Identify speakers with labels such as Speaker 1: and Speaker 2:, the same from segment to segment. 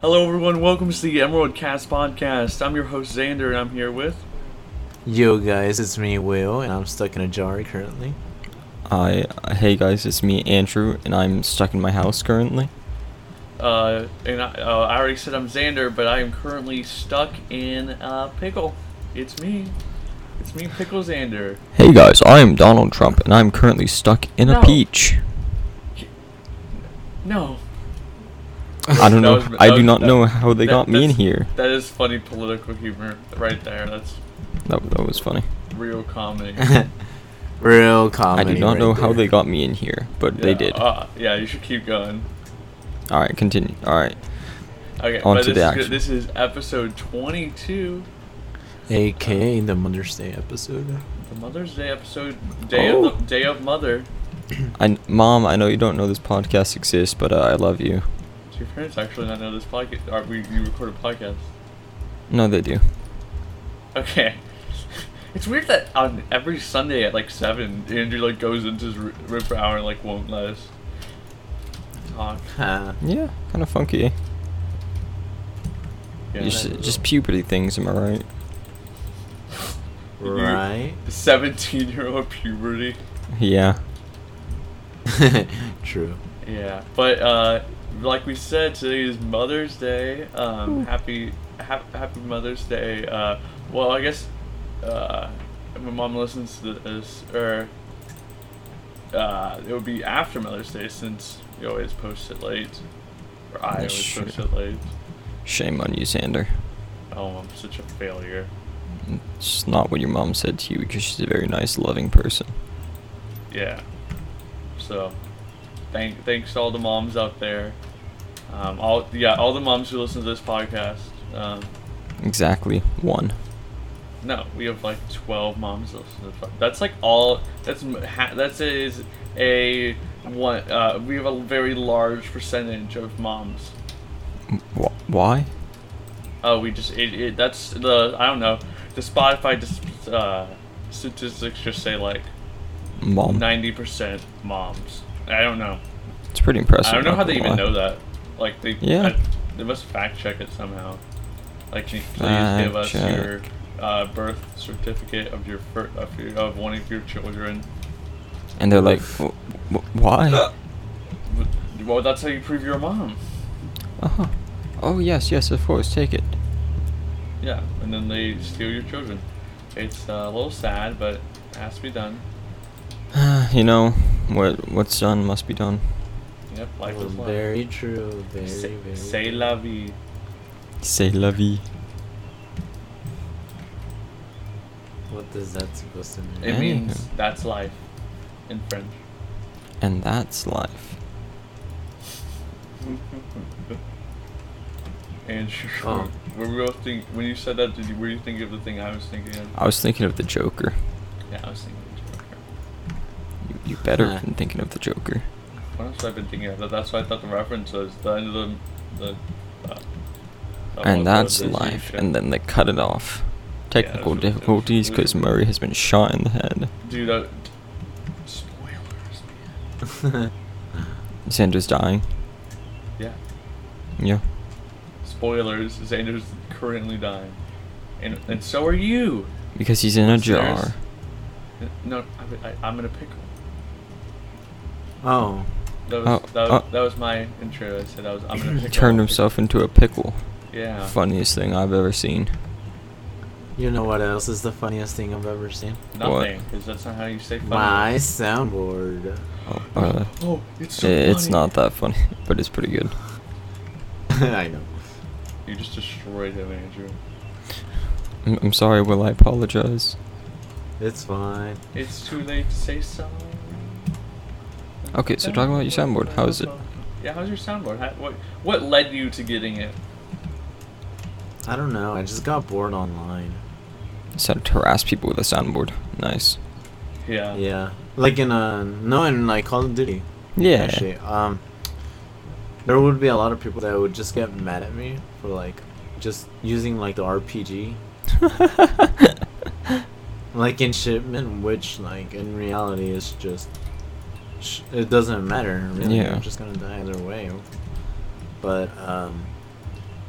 Speaker 1: Hello, everyone. Welcome to the Emerald Cast podcast. I'm your host Xander, and I'm here with.
Speaker 2: Yo guys, it's me Will, and I'm stuck in a jar currently.
Speaker 3: Hi, uh, hey guys, it's me Andrew, and I'm stuck in my house currently.
Speaker 1: Uh, and I, uh, I already said I'm Xander, but I am currently stuck in uh, pickle. It's me. It's me, pickle Xander.
Speaker 3: Hey guys, I am Donald Trump, and I'm currently stuck in
Speaker 1: No.
Speaker 3: a peach.
Speaker 1: No,
Speaker 3: I
Speaker 1: That
Speaker 3: don't know.
Speaker 1: was-
Speaker 3: I
Speaker 1: that
Speaker 3: do
Speaker 1: was-
Speaker 3: not
Speaker 1: that-
Speaker 3: know how they
Speaker 1: that-
Speaker 3: got me in
Speaker 1: that's-
Speaker 3: here.
Speaker 1: that is funny political humor right there. That's
Speaker 3: That, that was funny.
Speaker 1: real comedy.
Speaker 2: Real
Speaker 3: I
Speaker 2: comedy.
Speaker 3: do not
Speaker 2: right
Speaker 3: know how
Speaker 2: there.
Speaker 3: they got me in here, but they
Speaker 1: Yeah,
Speaker 3: did.
Speaker 1: Uh, yeah, you should keep going.
Speaker 3: All right, continue. All right.
Speaker 1: Okay,
Speaker 3: On
Speaker 1: but
Speaker 3: to
Speaker 1: this,
Speaker 3: the
Speaker 1: is,
Speaker 3: action.
Speaker 1: good- this is episode 22,
Speaker 2: AKA the Mother's Day episode.
Speaker 1: the Mother's Day episode, day
Speaker 3: Oh.
Speaker 1: of the, Day of Mother.
Speaker 3: I, Mom, I know you don't know this podcast exists, but uh, I love you.
Speaker 1: Do your parents actually not know this podcast? Or we, we record a podcast.
Speaker 3: No, they do.
Speaker 1: Okay. It's weird that on every Sunday at like seven, Andrew like goes into his r- room for an hour and like won't let us talk.
Speaker 2: Huh.
Speaker 3: Yeah, kind of funky. eh?
Speaker 1: Yeah.
Speaker 3: You just, just puberty things, am I right?
Speaker 2: Right.
Speaker 1: Seventeen-year-old puberty.
Speaker 3: Yeah.
Speaker 2: True.
Speaker 1: Yeah, but uh, like we said, today is Mother's Day. Um, happy, hap happy Mother's Day. Uh, well, I guess uh, if my mom listens to this, or uh, it would be after Mother's Day since we always post it late, or I
Speaker 3: That's
Speaker 1: always
Speaker 3: true.
Speaker 1: post it late.
Speaker 3: Shame on you, Xander.
Speaker 1: Oh, I'm such a failure.
Speaker 3: It's not what your mom said to you because she's a very nice, loving person.
Speaker 1: Yeah. So, thank thanks to all the moms out there. Um, all yeah, all the moms who listen to this podcast. Um,
Speaker 3: Exactly one.
Speaker 1: No, we have like twelve moms listening. to the pod- That's like all. That's m- ha- that is a one. Uh, we have a very large percentage of moms.
Speaker 3: Wh- why?
Speaker 1: Oh, we just it, it. That's the I don't know. The Spotify dis- uh, statistics just say like
Speaker 3: Mom.
Speaker 1: ninety percent moms. I don't know.
Speaker 3: It's pretty impressive.
Speaker 1: I don't know
Speaker 3: not
Speaker 1: how they
Speaker 3: gonna
Speaker 1: even
Speaker 3: lie.
Speaker 1: know that. Like they
Speaker 3: Yeah.
Speaker 1: I- they must fact check it somehow. Like can you please give us
Speaker 3: Fact check.
Speaker 1: your uh, birth certificate of your, fir- of your of one of your children.
Speaker 3: And they're like, "Wh- wh- why?
Speaker 1: Well, that's how you prove you're a mom.
Speaker 3: Uh-huh. Oh, yes, yes, of course, take it.
Speaker 1: Yeah, and then they steal your children. It's uh, a little sad, but it has to be done.
Speaker 3: you know, what what's done must be done.
Speaker 1: Yep, life is life.
Speaker 2: very true. Very,
Speaker 1: Say,
Speaker 2: very.
Speaker 1: say
Speaker 2: true.
Speaker 1: la vie.
Speaker 3: C'est la vie.
Speaker 2: What does that supposed to mean?
Speaker 1: It
Speaker 3: Anywho.
Speaker 1: means that's life in French.
Speaker 3: And that's life.
Speaker 1: And sure,
Speaker 2: Oh.
Speaker 1: were we both think when you said that? Did you were you thinking of the thing I was thinking of?
Speaker 3: I was thinking of the Joker.
Speaker 1: Yeah, I was thinking of the Joker.
Speaker 3: You, you better
Speaker 2: Huh.
Speaker 3: have been thinking of the Joker.
Speaker 1: What else have I been thinking of? That- That's what I thought the reference was. The end of the. the uh, that was-
Speaker 3: and
Speaker 1: that
Speaker 3: that's
Speaker 1: was the
Speaker 3: life.
Speaker 1: show.
Speaker 3: And then they cut it off. Technical
Speaker 1: that's what-
Speaker 3: difficulties
Speaker 1: that's-
Speaker 3: because Murray has been shot in the head.
Speaker 1: Dude, that. Spoilers, man.
Speaker 3: Xander's dying.
Speaker 1: Yeah.
Speaker 3: Yeah.
Speaker 1: Spoilers, Xander's currently dying. And, and so are you!
Speaker 3: Because he's in a
Speaker 1: Upstairs.
Speaker 3: jar.
Speaker 1: No, I, I, am in a pickle.
Speaker 2: oh.
Speaker 1: That was,
Speaker 3: Oh,
Speaker 1: that, was
Speaker 3: oh.
Speaker 1: that was my intro. I said I was, I'm in a pickle.
Speaker 3: Turned himself into a pickle.
Speaker 1: Yeah.
Speaker 3: Funniest thing I've ever seen.
Speaker 2: You know what else is the funniest thing I've ever seen?
Speaker 1: Nothing, because that's not how you say funny.
Speaker 2: My soundboard.
Speaker 3: Oh, uh,
Speaker 1: Oh, it's so
Speaker 3: i- it's
Speaker 1: funny.
Speaker 3: not that funny, but it's pretty good.
Speaker 2: I know.
Speaker 1: You just destroyed him, Andrew.
Speaker 3: I'm, I'm sorry, Will. I apologize.
Speaker 2: It's fine.
Speaker 1: It's too late to say sorry.
Speaker 3: Okay, so talk about your soundboard. How is it?
Speaker 1: Yeah, how's your soundboard? How, what, what led you to getting it?
Speaker 2: I don't know. I just got bored online.
Speaker 3: Said to harass people with a soundboard. Nice.
Speaker 1: Yeah.
Speaker 2: Yeah, like in uh no, in like Call of Duty.
Speaker 3: Yeah.
Speaker 2: Actually, um, there would be a lot of people that would just get mad at me for like just using like the RPG, like in shipment, which like in reality is just sh- it doesn't matter. Really.
Speaker 3: Yeah.
Speaker 2: I'm just gonna die either way. But um,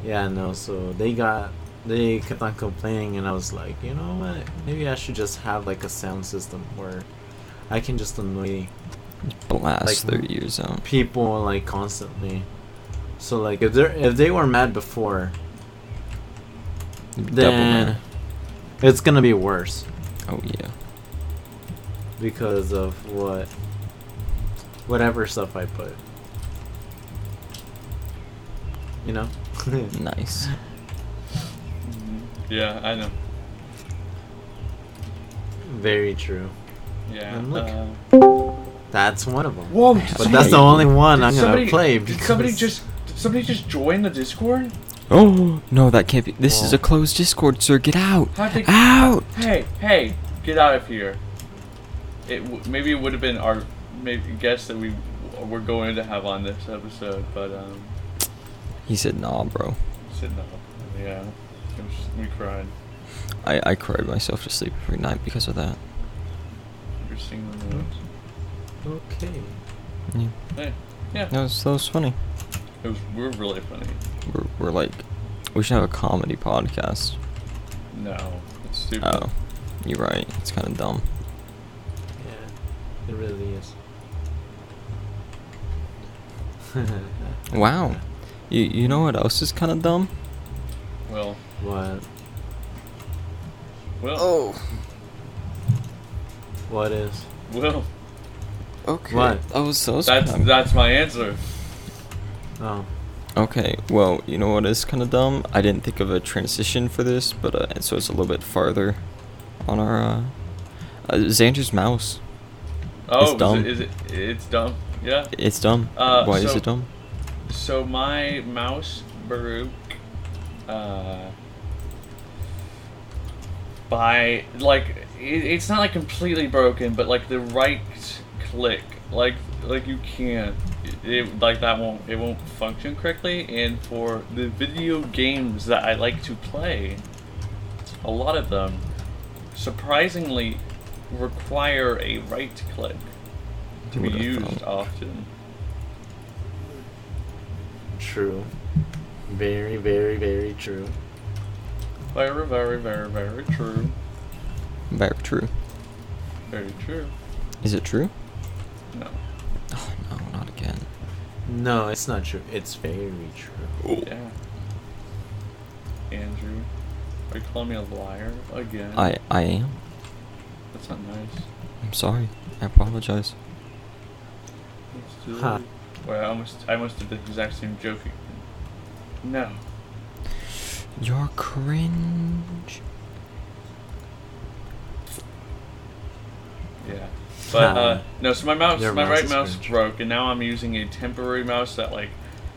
Speaker 2: Yeah, no. So they got they kept on complaining, and I was like, you know what? Maybe I should just have like a sound system where I can just annoy
Speaker 3: Blast
Speaker 2: Like-
Speaker 3: their ears out.
Speaker 2: people like constantly. So like if they are if they were mad before,
Speaker 3: Double
Speaker 2: then it's gonna be worse
Speaker 3: mana. Oh yeah.
Speaker 2: because of what whatever stuff I put. You know.
Speaker 3: Nice.
Speaker 1: Mhm. Yeah, I know.
Speaker 2: Very true.
Speaker 1: Yeah.
Speaker 2: And look.
Speaker 1: uh,
Speaker 2: That's one of them.
Speaker 1: Whoa!
Speaker 2: But that's the only one I'm gonna play.
Speaker 1: Did somebody
Speaker 2: because-
Speaker 1: just did somebody just join the Discord?
Speaker 3: Oh no, that can't be. This is
Speaker 2: Well-
Speaker 3: a closed Discord, sir. Get out.
Speaker 1: How'd they-
Speaker 3: Out.
Speaker 1: Hey, hey, get out of here! It w- maybe it would have been our maybe guess that we were going to have on this episode, but um,
Speaker 3: He said, "Nah, bro."
Speaker 1: sitting up, yeah, it was just me crying.
Speaker 3: I I cried myself to sleep every night because of that.
Speaker 1: You're singing the notes.
Speaker 2: Mm-hmm. Okay.
Speaker 3: Yeah.
Speaker 1: Hey, yeah,
Speaker 3: That was that was funny.
Speaker 1: it was we're really funny.
Speaker 3: We're, we're like, we should have a comedy podcast.
Speaker 1: No, it's stupid.
Speaker 3: Oh, you're right. It's kind of dumb.
Speaker 2: Yeah, it really is.
Speaker 3: Wow. You you know what else is kind of dumb?
Speaker 1: Well,
Speaker 2: What?
Speaker 1: well,
Speaker 3: Oh.
Speaker 2: What is?
Speaker 1: well.
Speaker 3: Okay.
Speaker 2: What?
Speaker 3: That was so.
Speaker 1: That's that's my answer.
Speaker 2: Oh.
Speaker 3: Okay, well, you know what is kind of dumb? I didn't think of a transition for this, but uh, so it's a little bit farther on our uh, uh Xander's mouse.
Speaker 1: Oh,
Speaker 3: dumb.
Speaker 1: Is, it, is it? It's dumb. Yeah.
Speaker 3: It's dumb.
Speaker 1: Uh,
Speaker 3: Why is
Speaker 1: so-
Speaker 3: it dumb?
Speaker 1: So my mouse Baruch, uh, by like it, it's not like completely broken, but like the right click, like like you can't, it, it- like that won't it won't function correctly. And for the video games that I like to play, a lot of them surprisingly require a right click to be
Speaker 3: Would've
Speaker 1: used
Speaker 3: thought.
Speaker 1: often.
Speaker 2: True. Very, very, very true.
Speaker 1: Very, very, very, very true.
Speaker 3: Very true.
Speaker 1: Very true.
Speaker 3: Is it true?
Speaker 1: No.
Speaker 3: Oh no, not again.
Speaker 2: No, it's not true. It's very true.
Speaker 1: Yeah. Andrew, are you calling me a liar again?
Speaker 3: I I am.
Speaker 1: That's not nice.
Speaker 3: I'm sorry. I apologize.
Speaker 1: Let's do
Speaker 2: Huh.
Speaker 1: Wait, I almost, I almost did the exact same joke. again. No.
Speaker 3: You're cringe.
Speaker 1: Yeah. But uh,
Speaker 2: Huh.
Speaker 1: no, so my mouse,
Speaker 2: Um, Your
Speaker 1: my
Speaker 2: mouse
Speaker 1: right
Speaker 2: is
Speaker 1: mouse
Speaker 2: cringe.
Speaker 1: broke, and now I'm using a temporary mouse that like,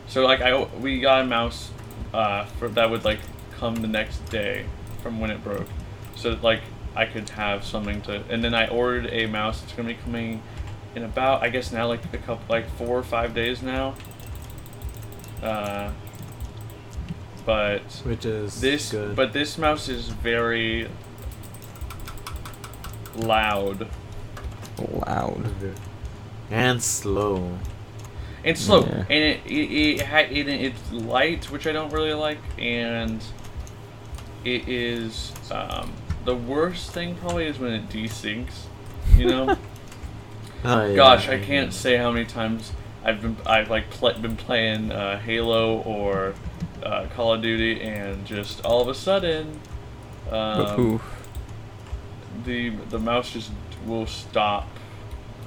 Speaker 1: so like I we got a mouse, uh, for, that would like come the next day from when it broke, so that, like I could have something to, and then I ordered a mouse that's gonna be coming in about I guess now like a couple like four or five days now. Uh, but
Speaker 2: Which is
Speaker 1: this
Speaker 2: good.
Speaker 1: but this mouse is very loud.
Speaker 3: Loud.
Speaker 2: and slow.
Speaker 1: It's slow,
Speaker 3: Yeah.
Speaker 1: and it it, it, ha- it it's light, which I don't really like, and it is um, the worst thing probably is when it desyncs. You know,
Speaker 2: Oh, yeah,
Speaker 1: gosh, I can't say how many times I've been I've like pl- been playing uh, Halo or uh, Call of Duty, and just all of a sudden, um,
Speaker 3: Oof.
Speaker 1: the the mouse just will stop,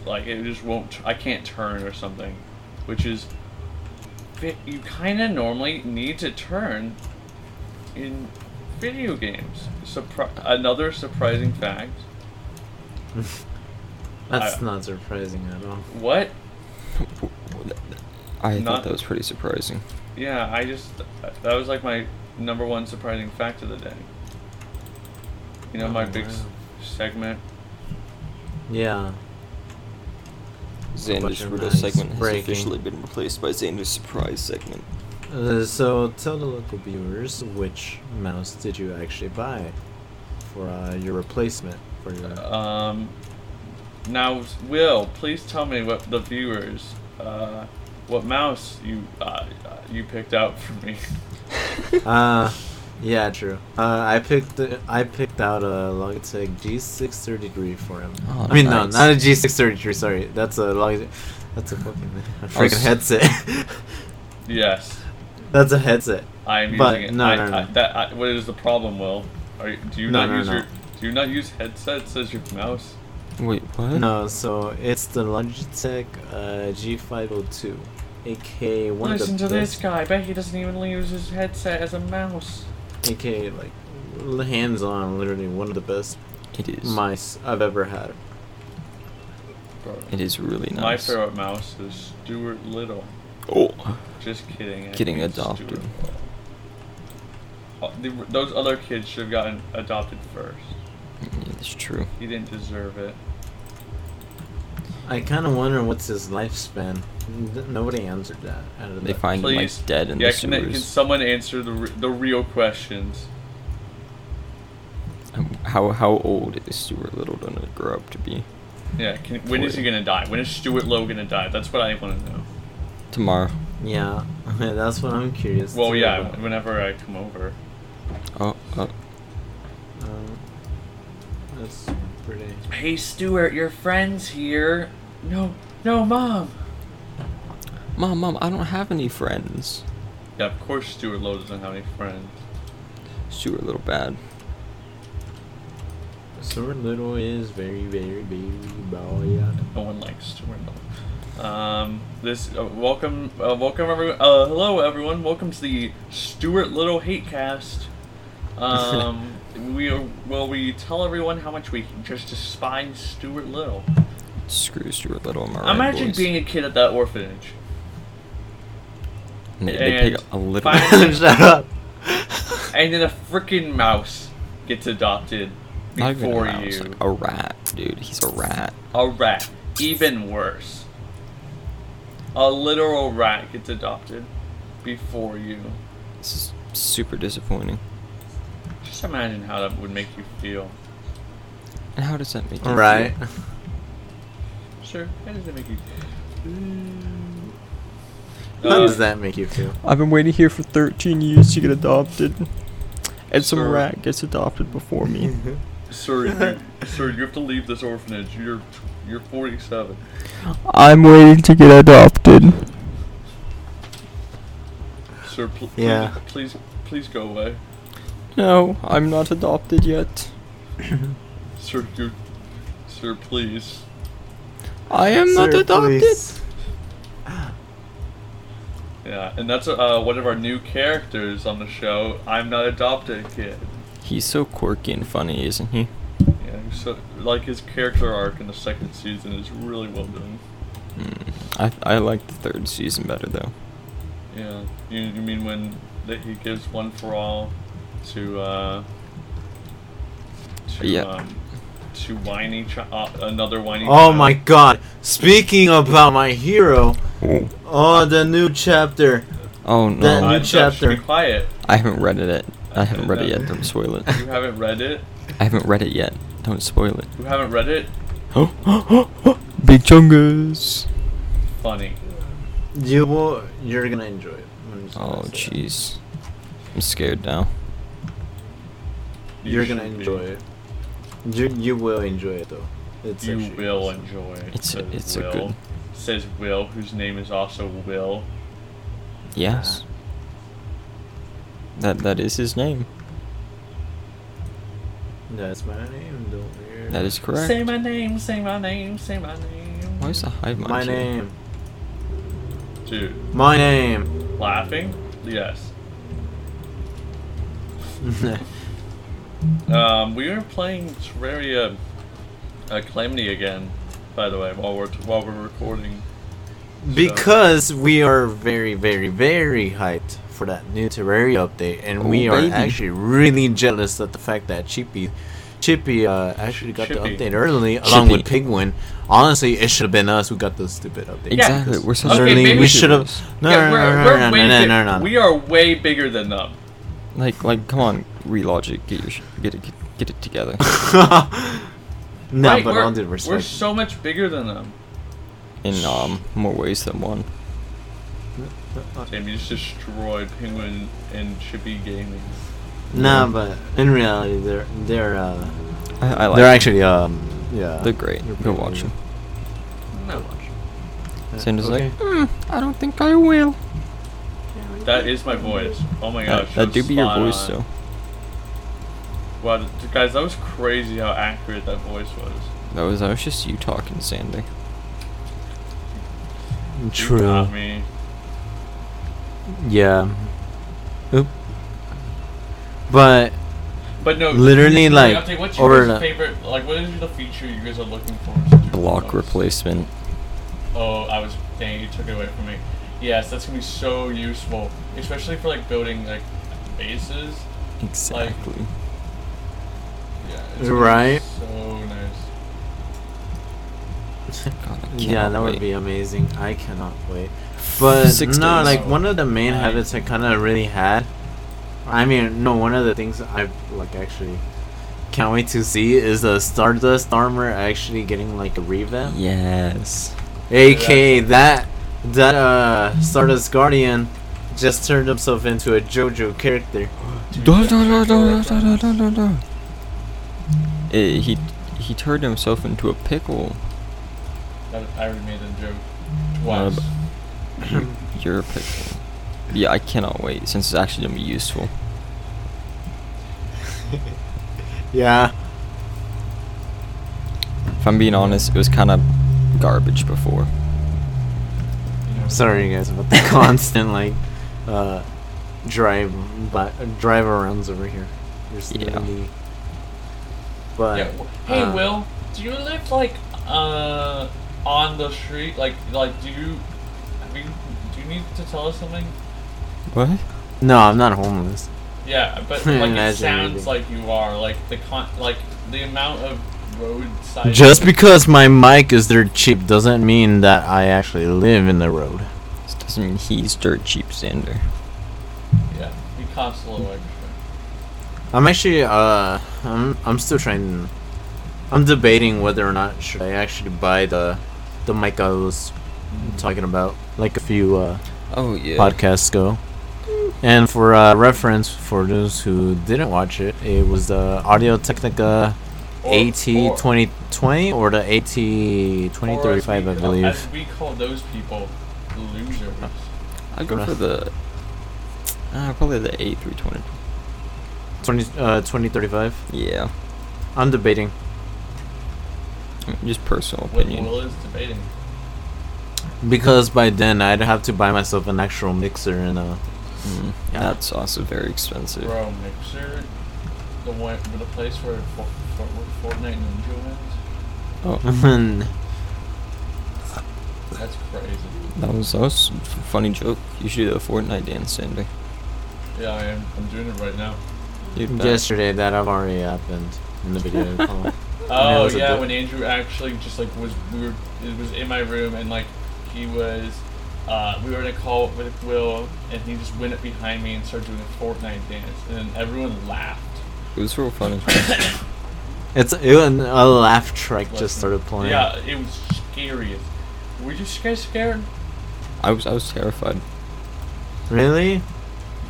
Speaker 1: like it just won't. I can't turn or something, which is vi- you kind of normally need to turn in video games. Surpri- another surprising fact.
Speaker 2: That's
Speaker 1: I-
Speaker 2: not surprising at all.
Speaker 1: What?
Speaker 3: I
Speaker 1: Not-
Speaker 3: thought that was pretty surprising.
Speaker 1: Yeah, I just that was like my number one surprising fact of the day. You know my
Speaker 2: Oh,
Speaker 1: big s-
Speaker 2: wow.
Speaker 1: segment.
Speaker 2: Yeah.
Speaker 3: Xander's
Speaker 2: your
Speaker 3: Riddle
Speaker 2: mind's
Speaker 3: segment has
Speaker 2: breaking.
Speaker 3: officially been replaced by Xander's Surprise segment.
Speaker 2: Uh, so tell the local viewers which mouse did you actually buy for uh, your replacement for your
Speaker 1: Um, now, Will, please tell me what the uh, viewers, uh, what mouse you uh, you picked out for me.
Speaker 2: uh, yeah, true. Uh, I picked I picked out a Logitech G633 for him.
Speaker 3: Oh,
Speaker 2: I mean,
Speaker 3: nice.
Speaker 2: no, not a G633. Sorry, that's a Logitech. That's a fucking a freaking
Speaker 3: was-
Speaker 2: headset.
Speaker 1: Yes,
Speaker 2: that's a headset.
Speaker 1: I'm using
Speaker 2: But,
Speaker 1: it.
Speaker 2: no,
Speaker 1: I,
Speaker 2: no, no.
Speaker 1: I, that, I, what is the problem, Will? Are you, do you
Speaker 2: No,
Speaker 1: not
Speaker 2: no,
Speaker 1: use
Speaker 2: no.
Speaker 1: your Do you not use headsets as your mouse?
Speaker 3: Wait, what?
Speaker 2: No, so it's the Logitech uh, G502, aka one
Speaker 1: Listen
Speaker 2: of
Speaker 1: to
Speaker 2: the
Speaker 1: this
Speaker 2: best,
Speaker 1: guy. I bet he doesn't even use his headset as a mouse.
Speaker 2: aka like l- hands-on, literally one of the best
Speaker 3: It is.
Speaker 2: mice I've ever had.
Speaker 1: Bro.
Speaker 3: it is really nice.
Speaker 1: My favorite mouse is Stuart Little.
Speaker 3: Oh.
Speaker 1: Just kidding. I
Speaker 3: Getting
Speaker 1: hate
Speaker 3: adopted.
Speaker 1: Stuart Little. Oh, the- Those other kids should have gotten adopted first.
Speaker 3: Yeah, that's true.
Speaker 1: He didn't deserve it.
Speaker 2: I kind of wonder what's his lifespan. N- nobody answered that. Out of
Speaker 3: They
Speaker 2: the-
Speaker 3: find him
Speaker 1: Please.
Speaker 3: like dead in
Speaker 1: Yeah,
Speaker 3: the
Speaker 1: can, they- can
Speaker 3: sewers.
Speaker 1: someone answer the, re- the real questions?
Speaker 3: Um, How how old is Stuart Little gonna grow up to be?
Speaker 1: Yeah, can, when is he
Speaker 3: Forty.
Speaker 1: gonna die? When is Stuart Lowe gonna die? That's what I want to know.
Speaker 3: Tomorrow.
Speaker 2: Yeah, that's what I'm curious.
Speaker 1: Well,
Speaker 2: too
Speaker 1: yeah,
Speaker 2: about.
Speaker 1: whenever I come over.
Speaker 3: Oh, oh.
Speaker 2: Um, that's pretty.
Speaker 1: Hey, Stuart, your friend's here. No, no, mom.
Speaker 3: Mom, mom, I don't have any friends.
Speaker 1: Yeah, of course Stuart Lowe doesn't have any friends.
Speaker 3: Stuart Little bad.
Speaker 2: Sword Little is very, very, very bad.
Speaker 1: No one likes Stuart Lowe. Um, this uh, welcome, uh, welcome everyone. Uh, hello everyone. Welcome to the Stuart Little Hate Cast. Um, we are, well, we tell everyone how much we just despise Stuart Little.
Speaker 3: Screw Stuart Little. Am I right,
Speaker 1: Imagine
Speaker 3: boys?
Speaker 1: being a kid at that orphanage.
Speaker 3: And They, they
Speaker 1: and
Speaker 3: pick a little.
Speaker 1: finally-
Speaker 2: Shut up.
Speaker 1: And then a freaking mouse gets adopted
Speaker 3: Not even
Speaker 1: before
Speaker 3: a mouse,
Speaker 1: you.
Speaker 3: like a rat, dude. He's a rat.
Speaker 1: a rat. Even worse. A literal rat gets adopted before you.
Speaker 3: This is super disappointing.
Speaker 1: Just imagine how that would make you feel.
Speaker 3: And how does that make you
Speaker 2: Right.
Speaker 3: feel?
Speaker 1: Sure, how does that make you
Speaker 2: How
Speaker 1: Uh,
Speaker 2: does that make you feel?
Speaker 4: I've been waiting here for 13 years to get adopted. And some
Speaker 1: Sir.
Speaker 4: rat gets adopted before me.
Speaker 1: Sir, you, sir, you have to leave this orphanage. You're you're 47.
Speaker 4: I'm waiting to get adopted.
Speaker 1: Sir, pl-
Speaker 2: Yeah.
Speaker 1: please, please, please go away.
Speaker 4: No, I'm not adopted yet.
Speaker 1: Sir, you, sir, please.
Speaker 4: I am not
Speaker 2: Sir,
Speaker 4: adopted.
Speaker 2: please.
Speaker 1: Yeah, and that's uh, one of our new characters on the show. I'm not adopted kid.
Speaker 3: He's so quirky and funny, isn't he?
Speaker 1: Yeah, he's so like his character arc in the second season is really well done.
Speaker 3: Mm. I I like the third season better though.
Speaker 1: Yeah, you, you mean when that he gives one for all to uh to
Speaker 3: Yeah.
Speaker 1: um, to whiny chi- uh, another whiny.
Speaker 2: Oh
Speaker 1: child?
Speaker 2: my god. Speaking about my hero,
Speaker 3: Oh,
Speaker 2: oh, the new chapter.
Speaker 3: no!
Speaker 2: That
Speaker 1: Uh,
Speaker 2: new
Speaker 1: Dutch, be
Speaker 2: chapter.
Speaker 1: quiet.
Speaker 3: I haven't read it. Yet. I haven't read it yet. Don't spoil it.
Speaker 1: You haven't read it.
Speaker 3: I haven't read it yet. Don't spoil it.
Speaker 1: You haven't read it.
Speaker 4: Big chungus.
Speaker 1: Funny.
Speaker 2: You will, you're gonna enjoy it. I'm just gonna
Speaker 3: Oh
Speaker 2: say that.
Speaker 3: jeez, I'm scared now.
Speaker 1: You
Speaker 2: You're gonna
Speaker 1: should be.
Speaker 2: enjoy it. You you will enjoy it though. It's
Speaker 1: You
Speaker 2: actually
Speaker 1: will
Speaker 2: awesome.
Speaker 1: enjoy it.
Speaker 3: It's a-
Speaker 1: says
Speaker 3: it's a
Speaker 1: Will.
Speaker 3: good-
Speaker 1: Says Will, whose name is also Will.
Speaker 3: Yes. That that is his name.
Speaker 2: That's my name. Don't worry.
Speaker 3: That is correct.
Speaker 1: Say my name, say my name, say my name.
Speaker 3: Why is the hive mind?
Speaker 2: my name.
Speaker 1: Dude,
Speaker 2: My name.
Speaker 1: laughing? Yes. Um, we are playing Terraria uh, Calamity again, by the way, while we're while we're recording.
Speaker 2: because we are very very very hyped for that new Terraria update, and we
Speaker 3: Oh,
Speaker 2: are
Speaker 3: baby.
Speaker 2: actually really jealous at the fact that Chippy. Chippy uh, actually got
Speaker 1: Chippy.
Speaker 2: the update early, along with
Speaker 3: Chippy.
Speaker 2: Penguin. Honestly, it should have been us who got the stupid update.
Speaker 3: Exactly. We're such
Speaker 1: Okay,
Speaker 2: Certainly,
Speaker 1: maybe-
Speaker 2: we should have.
Speaker 3: YouTubers.
Speaker 2: No,
Speaker 1: Yeah,
Speaker 2: no,
Speaker 1: we're- we're
Speaker 2: no, no, no,
Speaker 1: way
Speaker 2: no,
Speaker 1: big-
Speaker 2: no, no, no.
Speaker 1: We are way bigger than them.
Speaker 3: Like like come on, relogic. Get your sh- get it get it together.
Speaker 2: no,
Speaker 1: right?
Speaker 2: but
Speaker 1: we're,
Speaker 2: all due
Speaker 1: We're
Speaker 2: respect.
Speaker 1: so much bigger than them.
Speaker 3: in um more ways than one.
Speaker 1: Damn, you just destroyed Penguin and Chippy Gaming.
Speaker 2: Nah, but in reality, they're they're uh,
Speaker 3: I, I like
Speaker 2: they're
Speaker 3: them.
Speaker 2: actually um yeah
Speaker 3: They're great.
Speaker 2: they're
Speaker 3: Go
Speaker 2: pretty
Speaker 3: watch
Speaker 2: good.
Speaker 3: them.
Speaker 1: No.
Speaker 2: Uh,
Speaker 3: Sandra's
Speaker 2: okay.
Speaker 3: like, mm, I don't think I will.
Speaker 1: That is my voice. Oh my
Speaker 3: That,
Speaker 1: gosh.
Speaker 3: that do be your
Speaker 1: spot on.
Speaker 3: voice, though.
Speaker 1: Wow, th- guys, that was crazy how accurate that voice was.
Speaker 3: That was that was just you talking, Sandy.
Speaker 1: You
Speaker 2: true.
Speaker 1: got me.
Speaker 2: Yeah. Oop. But
Speaker 1: But no,
Speaker 2: Literally,
Speaker 1: seriously,
Speaker 2: like,
Speaker 1: Update, what's
Speaker 2: over
Speaker 1: your
Speaker 2: the-
Speaker 1: guys' favorite? Like, what is the feature you guys are looking for? in Super
Speaker 3: Block
Speaker 1: Deluxe?
Speaker 3: replacement.
Speaker 1: Oh, I was. Dang, you took it away from me. Yes, that's gonna be so useful, especially for like building like bases.
Speaker 3: Exactly.
Speaker 1: Yeah, it's gonna be
Speaker 2: Right.
Speaker 1: So nice.
Speaker 3: God, I
Speaker 2: yeah,
Speaker 3: cannot
Speaker 2: that would
Speaker 3: wait.
Speaker 2: be amazing. I cannot wait. But
Speaker 3: Six
Speaker 2: no,
Speaker 3: days.
Speaker 2: like one of the main
Speaker 1: Right.
Speaker 2: habits I kind of really had. I mean, no, one of the things I like actually can't wait to see is the Stardust armor actually getting like a revamp.
Speaker 3: Yes.
Speaker 2: AKA that that uh Stardust Guardian just turned himself into a JoJo character.
Speaker 1: Dude,
Speaker 3: Da,
Speaker 1: that's
Speaker 3: da, da,
Speaker 1: actually
Speaker 3: da,
Speaker 1: like
Speaker 3: da, da,
Speaker 1: that.
Speaker 3: da, da, da. Eh, he he turned himself into a pickle.
Speaker 1: That- I already made a joke
Speaker 3: Not
Speaker 1: twice.
Speaker 3: ab- You're a pickle. Yeah, I cannot wait since it's actually gonna be useful.
Speaker 2: Yeah.
Speaker 3: If I'm being honest, it was kind of garbage before.
Speaker 1: You know,
Speaker 2: Sorry guys about the constant like uh drive but drive arounds over here. There's
Speaker 3: Yeah.
Speaker 2: literally- But
Speaker 1: Yeah, w- hey,
Speaker 2: uh,
Speaker 1: Will, do you live like uh on the street? Like, like, do you? I mean, do you need to tell us something?
Speaker 3: What?
Speaker 2: No, I'm not homeless.
Speaker 1: Yeah, but like it
Speaker 2: Imagine
Speaker 1: sounds
Speaker 2: reading.
Speaker 1: like you are. Like the con, like the amount of roadside.
Speaker 2: Just because my mic is dirt cheap doesn't mean that I actually live in the road.
Speaker 3: This doesn't mean he's dirt cheap, Xander.
Speaker 1: Yeah, it costs a little extra.
Speaker 2: I'm actually uh I'm I'm still trying I'm debating whether or not should I actually buy the the mic I was talking about like a few uh
Speaker 3: Oh yeah.
Speaker 2: podcasts go. And for uh, reference, for those who didn't watch it, it was the Audio Technica
Speaker 1: Or-
Speaker 2: AT
Speaker 1: or-
Speaker 2: 2020 or the
Speaker 1: or
Speaker 2: AT
Speaker 1: as
Speaker 2: 2035,
Speaker 1: we
Speaker 2: I
Speaker 1: ca-
Speaker 2: believe.
Speaker 1: As we call those people losers.
Speaker 3: I'd go for the uh, probably the A three twenty.
Speaker 2: 20, uh, 2035.
Speaker 3: Yeah,
Speaker 2: I'm debating.
Speaker 3: I mean, just personal
Speaker 1: What
Speaker 3: opinion.
Speaker 1: Will is debating.
Speaker 2: Because by then, I'd have to buy myself an actual mixer and uh,
Speaker 3: Mm,
Speaker 2: Yeah.
Speaker 3: That's also very expensive.
Speaker 1: Bro, mixer, the one, the place where for, for, Fortnite Ninja wins.
Speaker 3: Oh,
Speaker 2: and
Speaker 1: That's crazy.
Speaker 3: that was that was a f- funny joke. You should do a Fortnite dance, Sandy.
Speaker 1: Yeah, I am. I'm doing it right now.
Speaker 3: Dude, that-
Speaker 2: yesterday, that have already happened in the video call. it
Speaker 1: Oh
Speaker 2: was a
Speaker 1: yeah,
Speaker 2: bit-
Speaker 1: when Andrew actually just like was we were it was in my room and like he was uh, we were in a call with Will and he just went up behind me and started doing a Fortnite dance and then everyone laughed.
Speaker 3: it was real funny.
Speaker 2: It's it, was- a laugh track
Speaker 1: Bless
Speaker 2: just
Speaker 1: him.
Speaker 2: started playing.
Speaker 1: Yeah, it was scary. as- Were you guys scared?
Speaker 3: I was I was terrified.
Speaker 2: Really?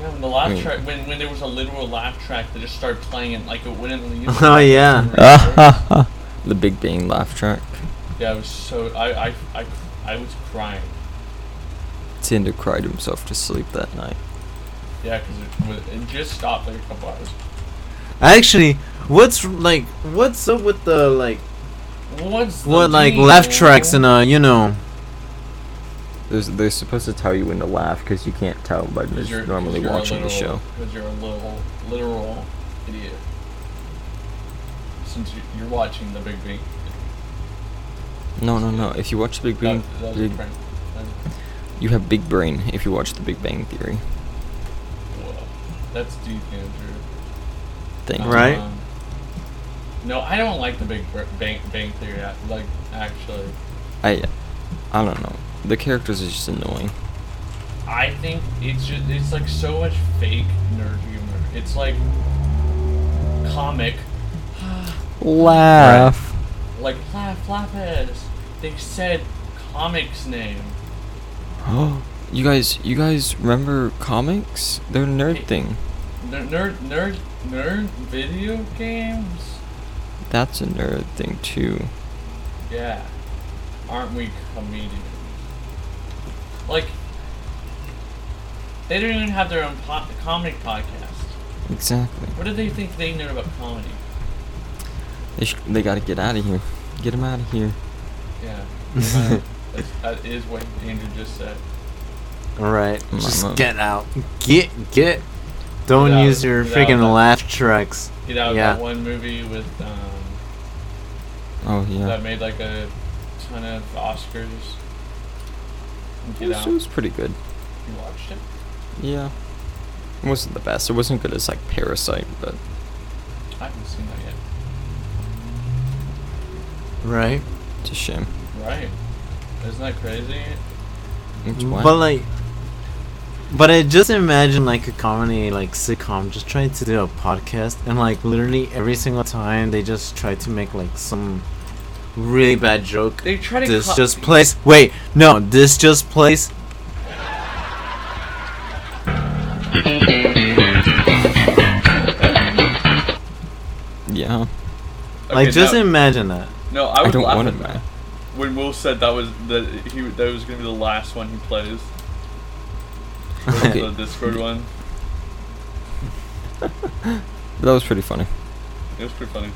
Speaker 1: Yeah, when the laugh
Speaker 2: Hmm.
Speaker 3: Mm.
Speaker 1: track when when there was a literal laugh track that just started playing and like it wouldn't leave.
Speaker 2: Oh, yeah.
Speaker 3: the Big Bang laugh track.
Speaker 1: yeah, it was so I I I, I was crying.
Speaker 3: Xander cried himself to sleep that night.
Speaker 1: Yeah, because it, it just stopped like a couple hours.
Speaker 2: Actually, what's like what's up with the like
Speaker 1: What's the
Speaker 2: what like
Speaker 1: deal?
Speaker 2: laugh tracks and uh you know
Speaker 3: There's, they're supposed to tell you when to laugh because you can't tell by just normally watching the show.
Speaker 1: Because you're a little literal idiot. Since you- you're watching the Big Bang.
Speaker 3: No, no, no. If you watch the Big Bang,
Speaker 2: Uh,
Speaker 1: that, that was
Speaker 3: Big-
Speaker 1: different. That was-
Speaker 3: you have big brain. If you watch the Big Bang Theory,
Speaker 1: whoa. That's deep, Andrew.
Speaker 3: thank you.
Speaker 2: Right.
Speaker 1: Um, no, I don't like the Big Br- Bang, bang Theory. I- Like, actually,
Speaker 3: I, I don't know. The characters are just annoying.
Speaker 1: I think it's just it's like so much fake nerd humor. It's like comic
Speaker 3: Laugh.
Speaker 1: like Flap Flappers. They said comic's name.
Speaker 3: You guys, you guys remember comics? They're a nerd
Speaker 1: Hey.
Speaker 3: thing.
Speaker 1: Nerd, nerd, nerd, nerd video games?
Speaker 3: That's a nerd thing too.
Speaker 1: Yeah. Aren't we comedians? Like, they don't even have their own po- comedy podcast.
Speaker 3: Exactly.
Speaker 1: What do they think they know about comedy?
Speaker 3: They sh- they gotta get out of here. Get them out of here.
Speaker 1: Yeah. Uh, that's- that is what Andrew just said.
Speaker 2: All right,
Speaker 3: Mm,
Speaker 2: just
Speaker 3: I'm up.
Speaker 2: get out. Get get. Don't
Speaker 1: Get out,
Speaker 2: use your
Speaker 1: get out
Speaker 2: freaking
Speaker 1: of that.
Speaker 2: laugh tracks.
Speaker 1: Get out of
Speaker 2: Yeah.
Speaker 1: that one movie with um,
Speaker 3: Oh yeah.
Speaker 1: that made like a ton of Oscars.
Speaker 3: It
Speaker 1: Get
Speaker 3: was,
Speaker 1: out.
Speaker 3: it
Speaker 1: You
Speaker 3: was pretty good.
Speaker 1: watched it?
Speaker 3: Yeah. It wasn't the best. It wasn't good as like Parasite, but
Speaker 1: I haven't seen that yet.
Speaker 2: Right.
Speaker 3: it's a shame.
Speaker 1: Right. Isn't that crazy?
Speaker 3: It's
Speaker 2: But
Speaker 3: wild.
Speaker 2: like, but I just imagine like a comedy like sitcom just trying to do a podcast, and like literally every single time they just try to make like some really bad joke.
Speaker 1: They try to
Speaker 2: This
Speaker 1: co-
Speaker 2: just plays. Wait, no, this just plays.
Speaker 3: yeah.
Speaker 2: Like,
Speaker 1: Okay,
Speaker 2: just
Speaker 1: no,
Speaker 2: imagine that.
Speaker 1: no, I
Speaker 3: I
Speaker 1: would
Speaker 3: don't
Speaker 1: laugh
Speaker 3: want
Speaker 1: at
Speaker 3: it, man.
Speaker 1: when Will said that was that he that was gonna be the last one he plays.
Speaker 3: Okay.
Speaker 1: The Discord one.
Speaker 3: That was pretty funny.
Speaker 1: It was pretty funny.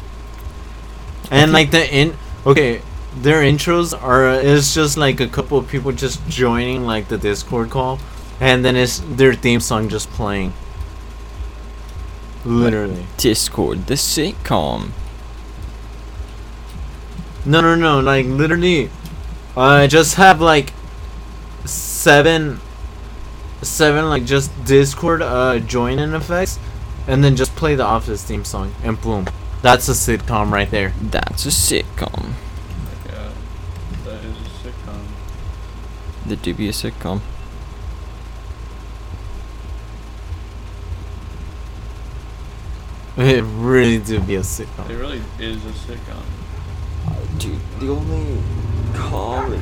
Speaker 2: And like the in okay, their intros are it's just like a couple of people just joining like the Discord call, and then it's their theme song just playing. Literally.
Speaker 3: Discord, the sitcom.
Speaker 2: No, no, no. Like literally, I just have like seven, seven like just Discord uh join-in effects, and then just play the Office theme song, and boom, that's a sitcom right there.
Speaker 3: That's a sitcom.
Speaker 1: Yeah, that is a sitcom.
Speaker 3: The dubious sitcom.
Speaker 2: It really do be a sitcom.
Speaker 1: It really is a sitcom.
Speaker 3: Dude, the only comedy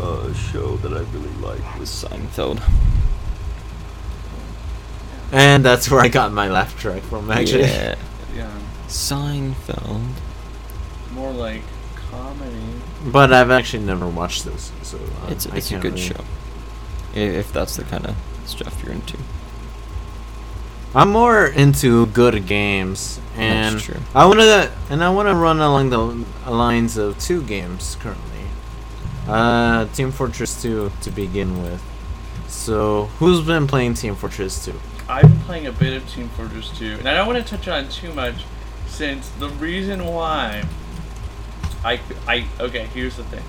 Speaker 3: uh, show that I really liked was Seinfeld.
Speaker 2: And that's where I got my laugh track from, actually.
Speaker 3: Yeah.
Speaker 1: Yeah,
Speaker 3: Seinfeld.
Speaker 1: more like comedy.
Speaker 2: But I've actually never watched those, so uh,
Speaker 3: It's,
Speaker 2: I
Speaker 3: it's a
Speaker 2: can't
Speaker 3: good
Speaker 2: really-
Speaker 3: show. I- If that's the kind of stuff you're into.
Speaker 2: I'm more into good games, and
Speaker 3: That's true.
Speaker 2: I want to, and I want to run along the lines of two games currently. Uh, Team Fortress 2 to begin with. So, who's been playing Team Fortress 2?
Speaker 1: I've been playing a bit of Team Fortress 2, and I don't want to touch on it too much, since the reason why I I okay here's the thing,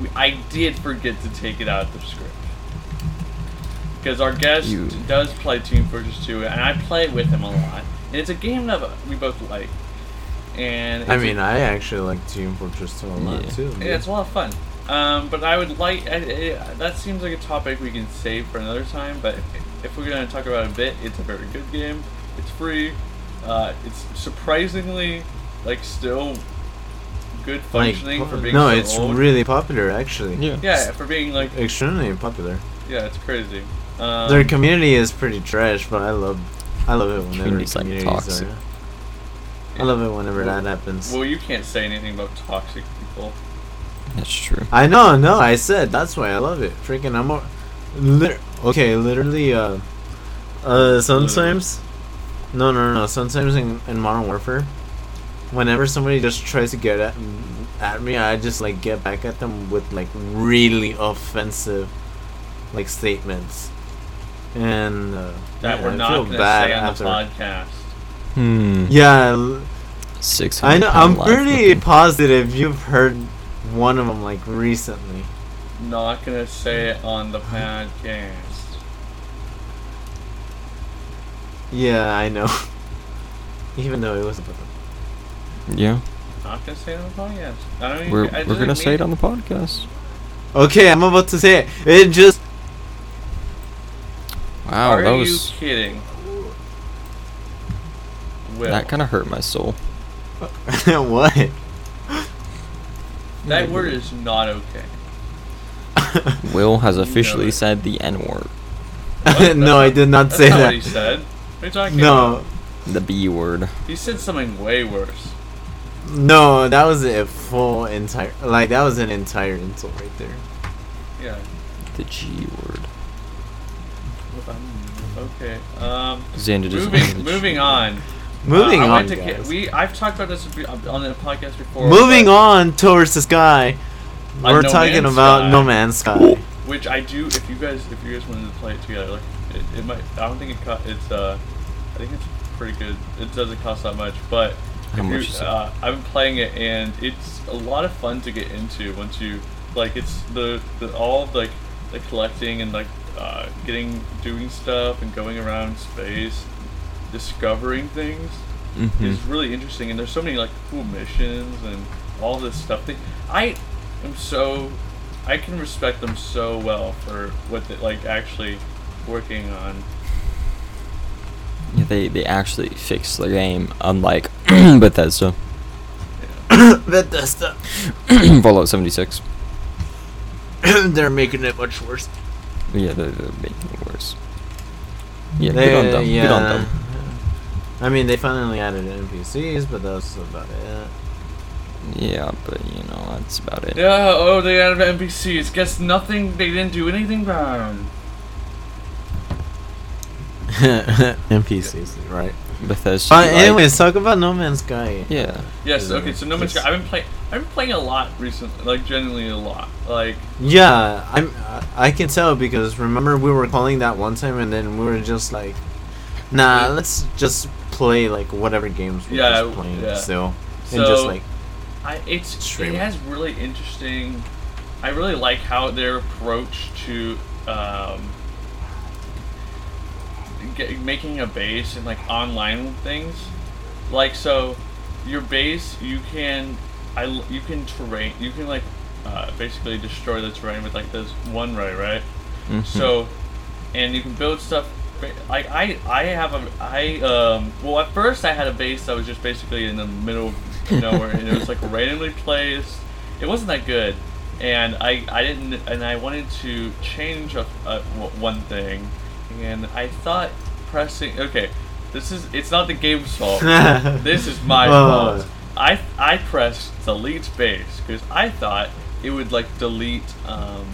Speaker 1: we, I did forget to take it out of the script because our guest
Speaker 3: You-
Speaker 1: does play Team Fortress 2, and I play with him a lot, and it's a game that we both like, and
Speaker 2: I
Speaker 1: it's a-
Speaker 2: mean, I actually like Team Fortress 2 a lot
Speaker 3: Yeah.
Speaker 2: too.
Speaker 1: yeah, it's a lot of fun. Um, but I would like I, I, that seems like a topic we can save for another time. But if, if we're gonna talk about it a bit, it's a very good game. It's free. Uh, it's surprisingly like still good
Speaker 2: like,
Speaker 1: functioning for being
Speaker 2: no,
Speaker 1: so
Speaker 2: it's
Speaker 1: old.
Speaker 2: really popular actually.
Speaker 1: yeah for being like
Speaker 2: Extremely popular.
Speaker 1: yeah, it's crazy. Um,
Speaker 2: Their community is pretty trash, but I love, I love it whenever
Speaker 3: Community's, like,
Speaker 2: communities
Speaker 3: toxic.
Speaker 2: are. I love it whenever that happens.
Speaker 1: well, you can't say anything about toxic people.
Speaker 3: That's true.
Speaker 2: I know, no, I said that's why I love it. Freaking, I'm a, lit- okay, literally, uh, uh, sometimes, no, no, no, sometimes in, in Modern Warfare, whenever somebody just tries to get at, at me, I just like get back at them with like really offensive, like statements, and uh,
Speaker 1: That
Speaker 2: yeah,
Speaker 1: we're
Speaker 2: I
Speaker 1: not
Speaker 2: feel
Speaker 1: gonna
Speaker 2: bad
Speaker 1: say on
Speaker 2: after-
Speaker 1: the podcast.
Speaker 3: Hmm.
Speaker 2: Yeah, l-
Speaker 3: Six.
Speaker 2: I know. I'm pretty positive you've heard one of them like recently.
Speaker 1: Not gonna say it on the podcast.
Speaker 2: Yeah, I know. Even though it was about them.
Speaker 3: Yeah.
Speaker 1: Not gonna say it on the podcast. I don't even.
Speaker 3: We're,
Speaker 1: I
Speaker 3: we're
Speaker 1: didn't
Speaker 3: gonna say
Speaker 1: mean
Speaker 3: it on the podcast.
Speaker 2: Okay, I'm about to say it. It just
Speaker 3: Wow,
Speaker 1: Are
Speaker 3: oh, that was
Speaker 1: you kidding? Will.
Speaker 3: that kind of hurt my soul.
Speaker 2: what?
Speaker 1: that word is not okay.
Speaker 3: Will has officially
Speaker 1: it.
Speaker 3: said the N word,
Speaker 1: What?
Speaker 2: no, I did not
Speaker 1: That's
Speaker 2: say
Speaker 1: not what he
Speaker 2: that.
Speaker 1: said. What are you talking about?
Speaker 2: No,
Speaker 3: the B word.
Speaker 1: He said something way worse.
Speaker 2: no, that was a full entire like that was an entire insult right there.
Speaker 1: Yeah.
Speaker 3: The G word.
Speaker 1: Um, Okay. Um,
Speaker 3: Xander just
Speaker 1: moving, moving on.
Speaker 2: Moving
Speaker 1: Uh, I
Speaker 2: on,
Speaker 1: went to ca-
Speaker 2: guys.
Speaker 1: we I've talked about this be- on the podcast before.
Speaker 2: Moving
Speaker 1: but-
Speaker 2: on towards the sky.
Speaker 1: A
Speaker 2: We're
Speaker 1: No
Speaker 2: talking
Speaker 1: Man's
Speaker 2: about
Speaker 1: Sky.
Speaker 2: No Man's Sky.
Speaker 1: Which I do. If you guys, if you guys wanted to play it together, like it, it might. I don't think it cut. It's uh, I think it's pretty good. It doesn't cost that much, but
Speaker 3: How
Speaker 1: if
Speaker 3: much
Speaker 1: you-
Speaker 3: is it?
Speaker 1: uh, I've been playing it, and it's a lot of fun to get into once you like. It's the the all of, like the collecting and like uh, getting doing stuff and going around space, discovering things
Speaker 3: hmm
Speaker 1: is really interesting, and there's so many like cool missions and all this stuff. They, I am so I can respect them so well for what they like actually working on.
Speaker 3: Yeah, they they actually fixed the game, unlike Bethesda.
Speaker 2: Bethesda.
Speaker 3: Fallout 76.
Speaker 2: They're making it much worse.
Speaker 3: Yeah, they're, they're making it worse. Yeah, good on them. Good on them.
Speaker 2: I mean, they finally added NPCs, but that's about it.
Speaker 3: Yeah, but you know that's about it.
Speaker 1: Yeah, oh, they added NPCs. Guess nothing. They didn't do anything wrong.
Speaker 2: NPCs, right?
Speaker 3: Bethesda.
Speaker 2: But
Speaker 3: like-
Speaker 2: Uh, anyways, talk about No Man's Sky.
Speaker 3: Yeah.
Speaker 1: Yes. Okay. So no man's.
Speaker 2: Yes.
Speaker 1: Sky. I've been playing. I've been playing a lot recently. Like genuinely a lot. Like
Speaker 2: Yeah, I'm. I I can tell because remember we were calling that one time, and then we were just like, "Nah, let's just play like whatever games we're
Speaker 1: Yeah,
Speaker 2: just playing
Speaker 1: yeah.
Speaker 2: still, and just
Speaker 1: So-
Speaker 2: like
Speaker 1: I, it's
Speaker 2: Stream.
Speaker 1: it has really interesting. I really like how their approach to um, ge- making a base and like online things, like so, your base you can, I l- you can terrain you can like uh, basically destroy the terrain with like this one ray right.
Speaker 3: mhm.
Speaker 1: So, and you can build stuff. Like I, I have a, I um. Well, at first I had a base that was just basically in the middle of nowhere, and it was like randomly placed. It wasn't that good, and I, I didn't, and I wanted to change a, a, w- one thing, and I thought pressing. Okay, this is. It's not the game's fault. this is my
Speaker 2: Oh.
Speaker 1: fault. I I pressed delete base because I thought it would like delete um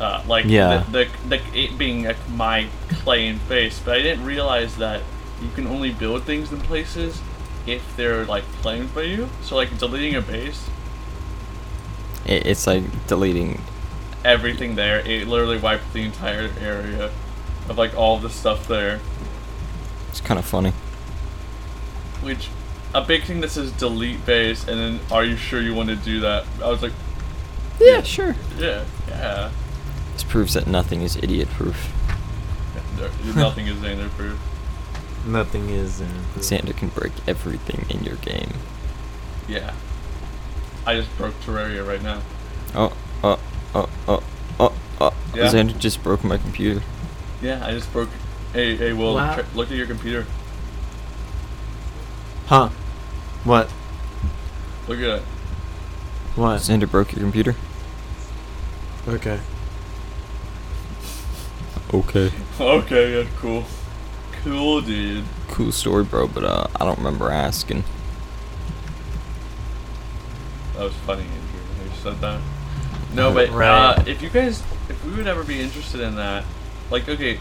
Speaker 1: uh, like
Speaker 2: Yeah.
Speaker 1: the, the, the it being like my claim base, but I didn't realize that you can only build things in places if they're like claimed by you. So like deleting a base,
Speaker 3: It, it's like deleting.
Speaker 1: everything there, it literally wiped the entire area of like all the stuff there.
Speaker 3: It's kind of funny.
Speaker 1: Which a big thing that says delete base, and then are you sure you want to do that? I was like,
Speaker 3: Yeah, sure.
Speaker 1: yeah, yeah.
Speaker 3: This proves that nothing is idiot proof.
Speaker 1: There- Nothing is in there proof.
Speaker 2: nothing is. uh,
Speaker 3: Xander can break everything in your game.
Speaker 1: Yeah. I just broke Terraria right now.
Speaker 3: Oh, oh, oh, oh, oh, oh.
Speaker 1: Yeah.
Speaker 3: Xander just broke my computer.
Speaker 1: Yeah, I just broke. Hey, hey, Will,
Speaker 2: Wow.
Speaker 1: tr- look at your computer.
Speaker 2: Huh? What?
Speaker 1: Look at it.
Speaker 2: What?
Speaker 3: Xander broke your computer.
Speaker 2: Okay.
Speaker 3: Okay.
Speaker 1: Okay, yeah, cool. Cool, dude.
Speaker 3: Cool story, bro, but uh, I don't remember asking.
Speaker 1: That was funny, Andrew. when You said that. No, but uh,
Speaker 2: Right.
Speaker 1: if you guys, if we would ever be interested in that, like, okay,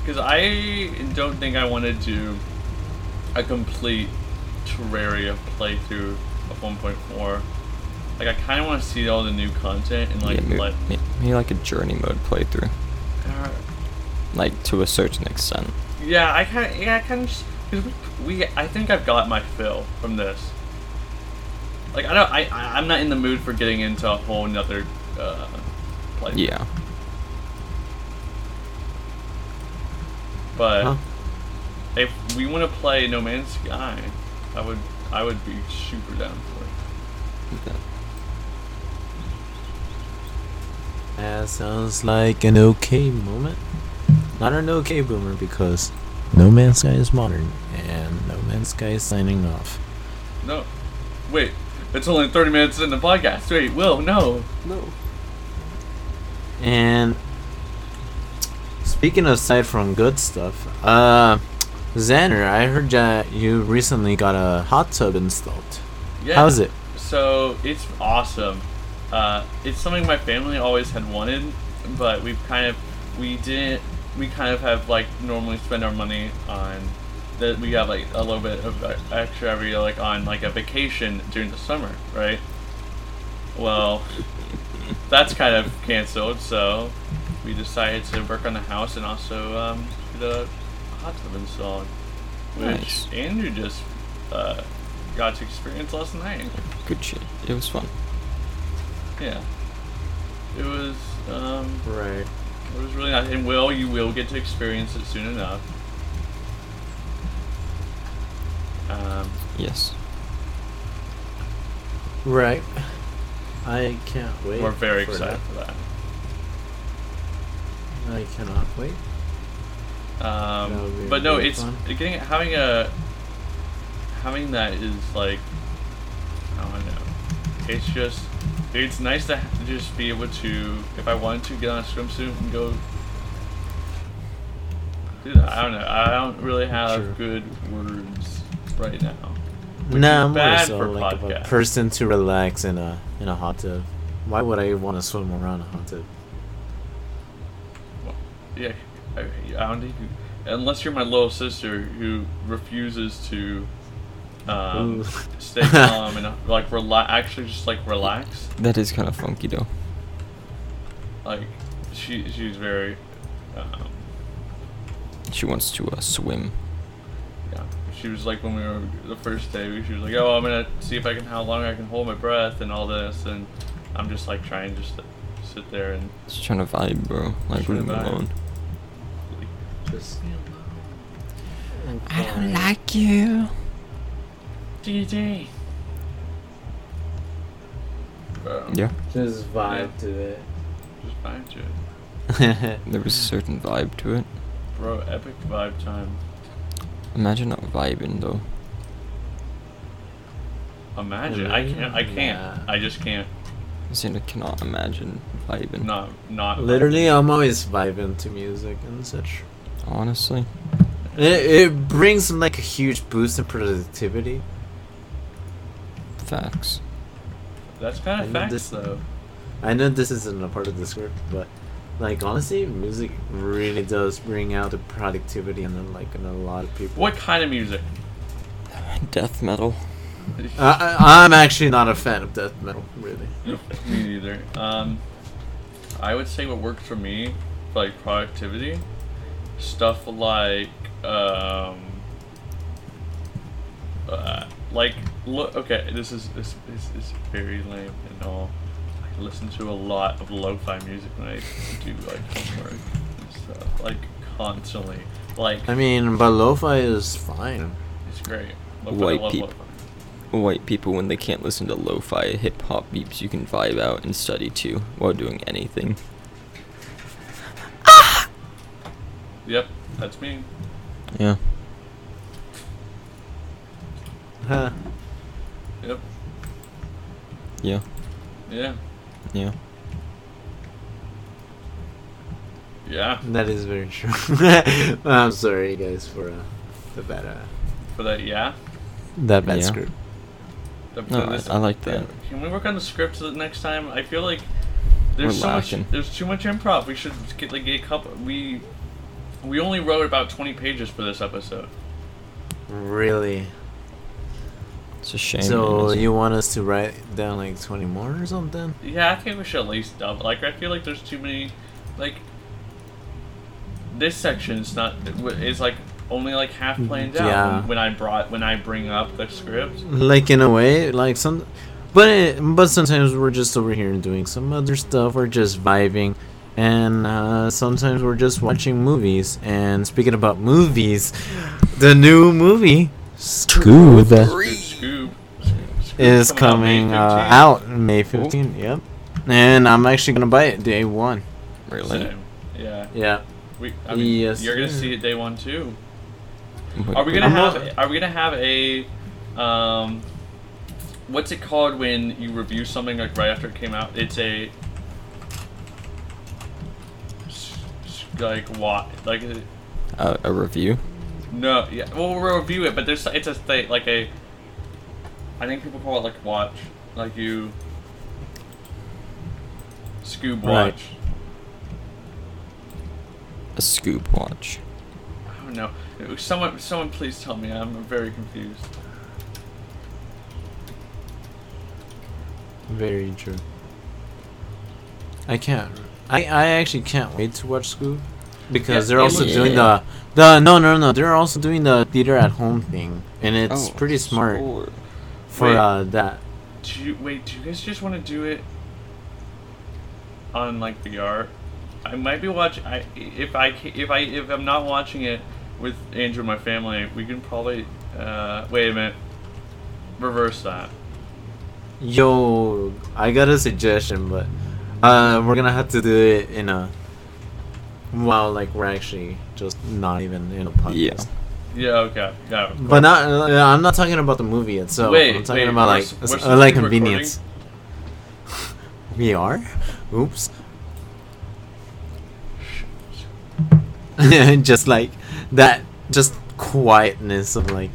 Speaker 1: because I don't think I want to do a complete Terraria playthrough of 1.4. Like, I kind of want to see all the new content and like
Speaker 3: yeah, maybe,
Speaker 1: let.
Speaker 3: maybe like a journey mode playthrough,
Speaker 1: Uh,
Speaker 3: like to a certain extent.
Speaker 1: Yeah, I kind of, yeah, I kind of, because we, we, I think I've got my fill from this. Like, I don't, I, I I'm not in the mood for getting into a whole nother, uh, like,
Speaker 3: Yeah.
Speaker 1: But
Speaker 2: Huh?
Speaker 1: if we want to play No Man's Sky, I would, I would be super down for it.
Speaker 2: That sounds like an okay moment. Not an okay boomer because No Man's Sky is modern, and No Man's Sky is signing off.
Speaker 1: No, wait, it's only 30 minutes in the podcast. Wait, Will, no,
Speaker 3: No.
Speaker 2: And speaking aside from good stuff, uh, Xander, I heard that you recently got a hot tub installed.
Speaker 1: Yeah.
Speaker 2: How's it?
Speaker 1: So it's awesome. Uh, it's something my family always had wanted, but we've kind of we didn't we kind of have like normally spend our money on that we have like a little bit of uh, extra every year, like on like a vacation during the summer, right? Well, that's kind of canceled, so we decided to work on the house and also um, get a hot tub installed, which
Speaker 3: Nice.
Speaker 1: Andrew just uh, got to experience last night.
Speaker 3: Good shit. It was fun.
Speaker 1: Yeah. It was um
Speaker 2: Right.
Speaker 1: it was really nice. And Will, you will get to experience it soon enough. Um
Speaker 3: Yes.
Speaker 2: Right. I can't wait.
Speaker 1: we're very
Speaker 2: for
Speaker 1: excited for that.
Speaker 2: that. I cannot wait.
Speaker 1: Um,
Speaker 2: That would be
Speaker 1: but no,
Speaker 2: really
Speaker 1: it's
Speaker 2: fun.
Speaker 1: getting having a having that is like I don't know. It's just it's nice to ha- just be able to if I wanted to get on a swimsuit and go. Dude, I don't know. I don't really have
Speaker 2: Sure.
Speaker 1: good words right now. Which
Speaker 2: No,
Speaker 1: is
Speaker 2: more
Speaker 1: bad
Speaker 2: so
Speaker 1: for
Speaker 2: like of a
Speaker 1: podcast.
Speaker 2: person to relax in a in a hot tub. Why would I want to swim around a hot tub?
Speaker 1: Yeah, I, I don't think you, unless you're my little sister who refuses to um,
Speaker 2: Ooh.
Speaker 1: stay calm and uh, like relax. Actually, just like relax.
Speaker 3: That is kind of funky though.
Speaker 1: Like she she's very um,
Speaker 3: She wants to uh, swim.
Speaker 1: yeah. She was like when we were the first day. She was like, oh, I'm gonna see if I can how long I can hold my breath and all this. And I'm just like trying just to sit there and
Speaker 3: She's trying to vibe, bro. Like
Speaker 1: Trying
Speaker 3: leave
Speaker 1: to
Speaker 3: me
Speaker 1: vibe.
Speaker 3: alone.
Speaker 2: Just
Speaker 5: I don't like you.
Speaker 1: DJ. Um,
Speaker 3: Yeah.
Speaker 2: just vibe to
Speaker 1: Just fine to it.
Speaker 2: it.
Speaker 3: There was a certain vibe to it.
Speaker 1: Bro, epic vibe time.
Speaker 3: Imagine not vibing though.
Speaker 1: Imagine. I can't. I can't.
Speaker 2: Nah.
Speaker 1: I just can't.
Speaker 3: Xander cannot imagine vibing.
Speaker 1: Not. Not.
Speaker 2: Literally, I'm always vibing to music and such.
Speaker 3: Honestly.
Speaker 2: It, it brings like a huge boost in productivity.
Speaker 3: Facts.
Speaker 1: That's kind
Speaker 2: I
Speaker 1: of
Speaker 2: know
Speaker 1: facts,
Speaker 2: this- uh,
Speaker 1: though.
Speaker 2: I know this isn't a part of the script, but like honestly, music really does bring out the productivity in like in a lot of people.
Speaker 1: What kind of music?
Speaker 3: Death metal.
Speaker 2: I, I, I'm actually not a fan of death metal, really.
Speaker 1: me neither. Um, I would say what works for me, for, like productivity, stuff like um, uh, like look. Okay, this is this this is very lame and all. I listen to a lot of lo-fi music when I do like homework and stuff, like constantly. Like
Speaker 2: I mean, but lo-fi is fine.
Speaker 1: it's great. Lo-fi, I
Speaker 3: White
Speaker 1: love
Speaker 3: peop-
Speaker 1: lo-fi.
Speaker 3: White people, when they can't listen to lo fi hip hop beats, you can vibe out and study too while doing anything.
Speaker 1: Yep, that's me.
Speaker 3: Yeah.
Speaker 2: Huh.
Speaker 1: Yep.
Speaker 3: Yeah.
Speaker 1: Yeah.
Speaker 3: Yeah.
Speaker 1: Yeah.
Speaker 2: That is very true. I'm sorry, guys, for uh, the bad uh,
Speaker 1: For that, yeah.
Speaker 2: that bad
Speaker 3: Yeah.
Speaker 2: script.
Speaker 1: The-
Speaker 3: No,
Speaker 1: for this-
Speaker 3: I- I like that.
Speaker 1: Can we work on the script the next time? I feel like
Speaker 3: We're
Speaker 1: there's so
Speaker 3: lacking.
Speaker 1: much. There's too much improv. We should get like get a couple. We we only wrote about 20 pages for this episode.
Speaker 2: Really.
Speaker 3: It's a shame. it
Speaker 2: so
Speaker 3: isn't.
Speaker 2: you want us to write down like 20 more or something?
Speaker 1: Yeah, I think we should at least double. Like I feel like there's too many. Like this section is not is like only like half
Speaker 3: Mm-hmm.
Speaker 1: planned out
Speaker 2: Yeah.
Speaker 1: when I brought when I bring up the script.
Speaker 2: Like in a way, like some, but it, but sometimes we're just over here doing some other stuff. We're just vibing, and uh, sometimes we're just watching movies. And speaking about movies, the new movie Scoob
Speaker 1: Scoob, Scoob, Scoob
Speaker 2: is
Speaker 1: coming
Speaker 2: coming uh,
Speaker 1: out
Speaker 2: out May 15th. Yep, and I'm actually gonna buy it day one.
Speaker 1: May 15th.
Speaker 3: Really? Mm.
Speaker 1: So, yeah.
Speaker 2: Yeah,
Speaker 1: We, I mean,
Speaker 2: Yes,
Speaker 1: you're gonna
Speaker 2: sir.
Speaker 1: see it day one too.
Speaker 3: Wait,
Speaker 1: Are we
Speaker 3: wait,
Speaker 1: gonna
Speaker 2: I'm
Speaker 1: have?
Speaker 2: not-
Speaker 1: Are we gonna have a? Um, what's it called when you review something like right after it came out? It's a. like why like is it-
Speaker 3: Uh, a review.
Speaker 1: no yeah well we'll review it but there's it's a thing like a I think people call it like watch like you Scoob
Speaker 2: Right.
Speaker 1: watch
Speaker 3: A scoop watch.
Speaker 1: I don't know someone someone please tell me I'm very confused
Speaker 2: Very true. I can't. I, I actually can't wait to watch Scoob because
Speaker 1: Yeah,
Speaker 2: they're also
Speaker 3: yeah.
Speaker 2: doing the the no no no they're also doing the theater at home thing and it's
Speaker 3: Oh,
Speaker 2: pretty smart
Speaker 3: score.
Speaker 2: for
Speaker 1: Wait.
Speaker 2: uh, that.
Speaker 1: do you wait do you guys just want to do it on like VR I might be watching I if I ca- if I if I'm not watching it with Andrew and my family we can probably uh wait a minute reverse that
Speaker 2: Yo, I got a suggestion, but uh, we're gonna have to do it in a while like we're actually just not even in a podcast.
Speaker 3: Yeah.
Speaker 1: yeah okay yeah of
Speaker 2: But not. Uh, I'm not talking about the movie itself.
Speaker 1: Wait,
Speaker 2: I'm talking
Speaker 1: wait,
Speaker 2: about
Speaker 1: we're
Speaker 2: like
Speaker 1: s-
Speaker 2: s-
Speaker 1: we're
Speaker 2: uh, like
Speaker 1: still recording?
Speaker 2: convenience. we are. Oops. just like that. Just quietness of like.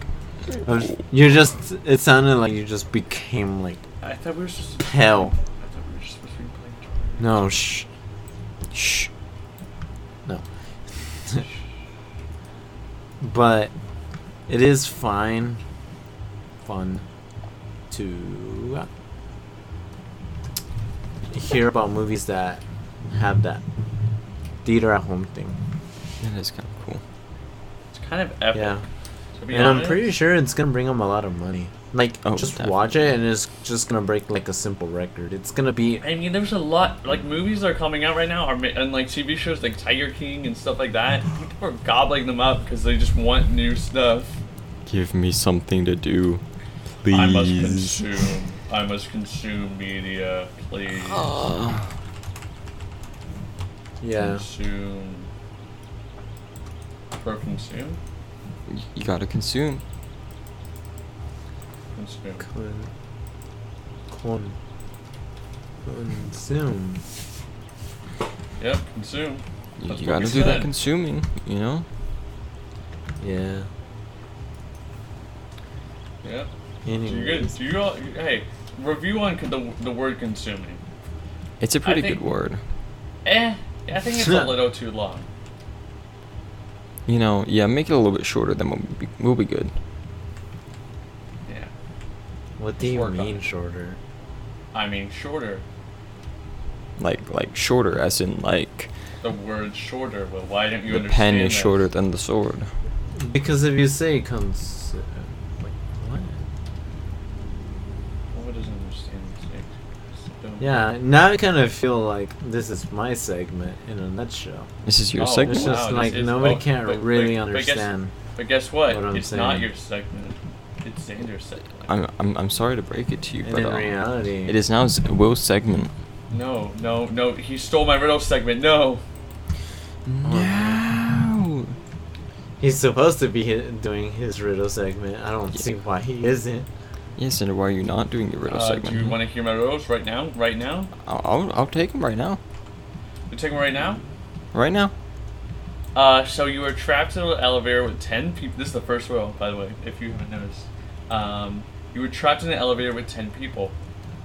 Speaker 2: Of, you're just. It sounded like you just became like
Speaker 1: course. I thought we were supposed to
Speaker 2: hell.
Speaker 1: I thought we were just supposed to be playing
Speaker 2: No shh. Shh. No. but it is fine. Fun to uh, hear about movies that have that theater at home thing.
Speaker 3: That is kind of cool.
Speaker 1: it's kind of epic
Speaker 2: Yeah.
Speaker 1: to be
Speaker 2: And I'm
Speaker 1: honest.
Speaker 2: pretty sure it's gonna bring them a lot of money. Like,
Speaker 3: Oh,
Speaker 2: just watch it and it's just gonna break like a simple record. It's gonna be.
Speaker 1: I mean, there's a lot like movies that are coming out right now, are ma- and like TV shows like Tiger King and stuff like that. People are gobbling them up because they just want new stuff.
Speaker 3: Give me something to do, please.
Speaker 1: I must consume. I must consume media, please.
Speaker 3: Oh. Uh,
Speaker 2: Yeah.
Speaker 1: Consume. Pro consume.
Speaker 3: Y- you gotta consume.
Speaker 1: Consume.
Speaker 2: Con- con- consume.
Speaker 1: Yep, consume.
Speaker 3: You,
Speaker 1: That's
Speaker 3: you
Speaker 1: what
Speaker 3: gotta
Speaker 1: we
Speaker 3: do that
Speaker 1: said.
Speaker 3: consuming. You know.
Speaker 2: Yeah.
Speaker 1: Yep. Do you
Speaker 2: Anyway.
Speaker 1: guys- do you all? Hey, review on con- the the word consuming.
Speaker 3: It's a pretty
Speaker 1: think-
Speaker 3: good word.
Speaker 1: Eh, I think it's a little too long.
Speaker 3: You know. Yeah. Make it a little bit shorter. Then we'll be, we'll be good.
Speaker 1: Yeah.
Speaker 2: What do
Speaker 1: Just
Speaker 2: you
Speaker 1: work on
Speaker 2: mean
Speaker 1: it.
Speaker 2: shorter?
Speaker 1: I mean, shorter.
Speaker 3: Like like shorter, as in like
Speaker 1: The word shorter. Well, why don't you
Speaker 3: the
Speaker 1: understand?
Speaker 3: pen is
Speaker 1: that?
Speaker 3: shorter than the sword.
Speaker 2: Because if you say cons, like what?
Speaker 1: What does understand mean?
Speaker 2: Yeah. Now I kind of feel like this is my segment in a nutshell.
Speaker 3: This is your
Speaker 1: Oh,
Speaker 3: segment.
Speaker 2: It's
Speaker 1: wow,
Speaker 2: just
Speaker 1: this
Speaker 2: like
Speaker 1: is-
Speaker 2: nobody
Speaker 1: oh,
Speaker 2: can't
Speaker 1: but-
Speaker 2: really
Speaker 1: but- but guess-
Speaker 2: understand.
Speaker 1: But guess what?
Speaker 2: What I'm
Speaker 1: it's not
Speaker 2: saying.
Speaker 1: your segment. It's Xander's segment.
Speaker 3: I'm, I'm I'm sorry to break it to you,
Speaker 2: And
Speaker 3: but
Speaker 2: in
Speaker 3: um,
Speaker 2: reality,
Speaker 3: it is now Z- Will's segment.
Speaker 1: no, no, no. He stole my riddle segment. No.
Speaker 3: No.
Speaker 2: He's supposed to be hi- doing his riddle segment. I don't see why he isn't.
Speaker 3: Yes, and why are you not doing your riddle
Speaker 1: Uh,
Speaker 3: segment?
Speaker 1: do you want to hear my riddles right now? Right now?
Speaker 3: I'll, I'll I'll take him right now.
Speaker 1: You take them right now?
Speaker 3: Right now.
Speaker 1: Uh, so you were trapped in an elevator with 10 people. This is the first row, by the way, if you haven't noticed. Um, you were trapped in an elevator with 10 people.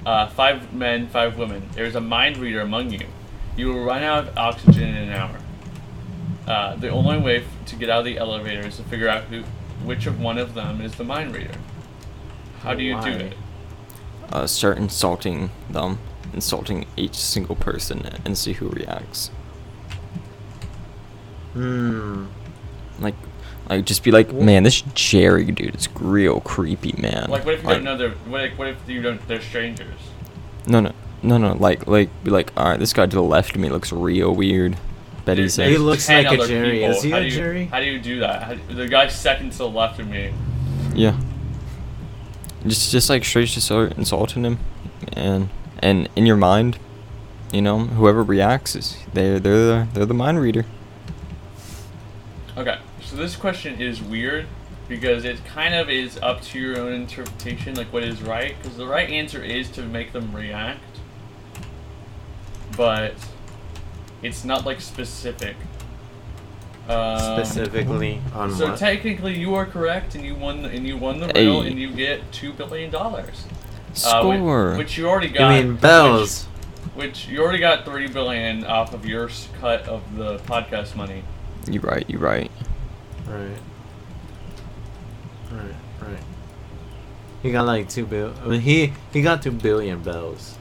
Speaker 1: Uh, five men, five women. There's a mind reader among you. You will run out of oxygen in an hour. Uh, the only way f- to get out of the elevator is to figure out who, which of one of them is the mind reader. How do you
Speaker 2: Why?
Speaker 1: do it?
Speaker 3: Uh, start insulting them, insulting each single person, and see who reacts.
Speaker 2: Hmm.
Speaker 3: Like, like just be like, man, this Jerry dude is real creepy, man.
Speaker 1: Like, what if you don't know they're what if, what if you don't they're strangers?
Speaker 3: No, no, no, no. Like, like, be like, all right, this guy to the left of me looks real weird. Betty's
Speaker 1: Dude,
Speaker 3: there.
Speaker 2: He
Speaker 1: there's
Speaker 2: looks
Speaker 1: 10
Speaker 2: like a
Speaker 1: other
Speaker 2: Jerry. Is he
Speaker 1: how
Speaker 2: a
Speaker 1: do you,
Speaker 2: Jerry?
Speaker 1: How do you do that? How, do- the guy second to the left of me.
Speaker 3: Yeah. Just just like straight just start insulting him and and in your mind, you know, whoever reacts is they're they're the they're the mind reader.
Speaker 1: Okay, so this question is weird because it kind of is up to your own interpretation, like what is right. Because the right answer is to make them react, but it's not like specific. Um,
Speaker 2: Specifically on
Speaker 1: So
Speaker 2: what?
Speaker 1: technically, you are correct, and you won. And you won the
Speaker 3: Hey.
Speaker 1: riddle, and you get two billion dollars.
Speaker 3: Score.
Speaker 1: Uh, which, you already
Speaker 2: you
Speaker 1: got.
Speaker 2: mean bells?
Speaker 1: Which, which you already got three billion off of your s- cut of the podcast money.
Speaker 3: you right. You right.
Speaker 2: Right. Right. Right. He got like two bill. I mean, he he got two billion bells.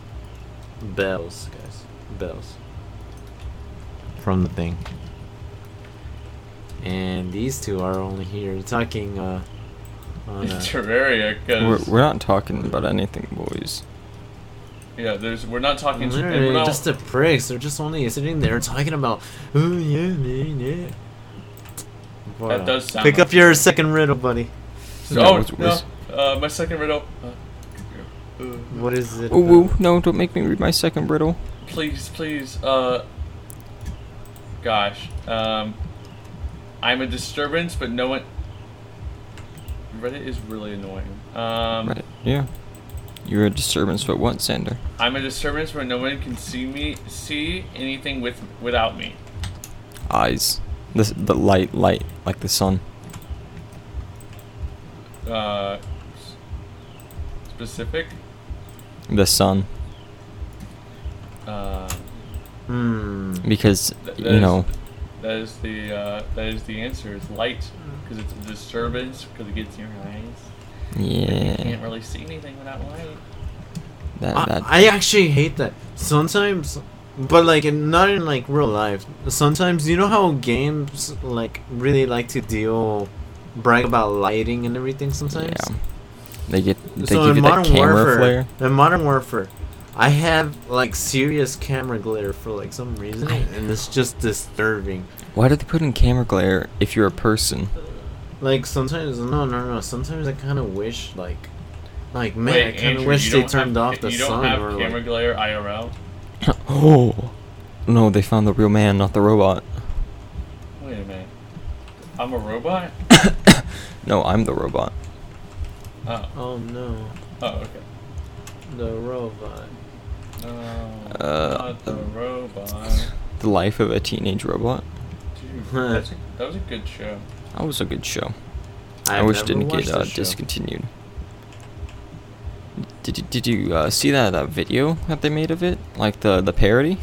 Speaker 2: Bells, guys. Bells. From the thing. And these two are only here talking. Uh, on, uh,
Speaker 1: Terraria,
Speaker 3: We're,
Speaker 1: because
Speaker 3: we're not talking about anything, boys.
Speaker 1: yeah, there's we're not talking. and we're
Speaker 2: Literally,
Speaker 1: not- Oh,
Speaker 2: just the pricks. They're just only sitting there talking about. Ooh, yeah, yeah, yeah. Bruh.
Speaker 1: does sound
Speaker 2: Pick
Speaker 1: like-
Speaker 2: up your second riddle, buddy.
Speaker 1: So-
Speaker 3: No,
Speaker 1: oh,
Speaker 3: it's- it's-
Speaker 1: no, uh, my second riddle. Uh, uh,
Speaker 2: What is it?
Speaker 3: Ooh, ooh, no! Don't make me read my second riddle.
Speaker 1: please, please. Uh, gosh, um, I'm a disturbance, but no one. Reddit is really annoying. Um,
Speaker 3: Right. Yeah. You're a disturbance, but what, Sander?
Speaker 1: I'm a disturbance where no one can see me, see anything with without me.
Speaker 3: Eyes. The s- the light, light like the sun.
Speaker 1: Uh, s- specific.
Speaker 3: The sun,
Speaker 1: Uh,
Speaker 2: Hmm.
Speaker 3: because
Speaker 1: Th- that
Speaker 3: you
Speaker 1: is-
Speaker 3: know.
Speaker 1: that is the uh, that is the answer. It's light because it's a disturbance because it gets in your eyes. You can't
Speaker 3: Yeah.
Speaker 1: really see anything without light.
Speaker 3: That,
Speaker 2: I,
Speaker 3: that.
Speaker 2: I actually hate that. Sometimes, but like in, not in like real life. Sometimes you know how games like really like to deal, brag about lighting and everything. Sometimes.
Speaker 3: yeah. They get they
Speaker 2: so
Speaker 3: give
Speaker 2: in
Speaker 3: you that
Speaker 2: modern
Speaker 3: camera
Speaker 2: warfare,
Speaker 3: flare.
Speaker 2: in modern warfare, I have like serious camera glare for like some reason, and it's just disturbing.
Speaker 3: Why do they put in camera glare if you're a person?
Speaker 2: Like sometimes, no, no, no. Sometimes I kind of wish like, like man, I
Speaker 1: Wait,
Speaker 2: kind
Speaker 1: Andrew,
Speaker 2: of wish
Speaker 1: you
Speaker 2: they
Speaker 1: don't have-
Speaker 2: turned off the
Speaker 1: You don't
Speaker 2: sun
Speaker 1: have
Speaker 2: or
Speaker 1: camera
Speaker 2: like.
Speaker 1: glare IRL.
Speaker 3: oh. No, they found the real man, not the robot.
Speaker 1: Wait a minute. I'm a robot.
Speaker 3: No, I'm the robot.
Speaker 1: Oh,
Speaker 2: Oh no,
Speaker 1: oh, okay.
Speaker 2: the robot.
Speaker 1: Oh,
Speaker 3: Uh,
Speaker 1: not the
Speaker 3: um,
Speaker 2: Uh.
Speaker 1: robot.
Speaker 3: The life of a teenage robot.
Speaker 1: Dude, that's a, that was a good show.
Speaker 3: That was a good show. I,
Speaker 2: I've
Speaker 3: wish it
Speaker 2: never
Speaker 3: didn't get
Speaker 2: watched
Speaker 3: uh,
Speaker 2: this show.
Speaker 3: discontinued. Did you, did you uh, see that uh, video that they made of it? Like the the parody?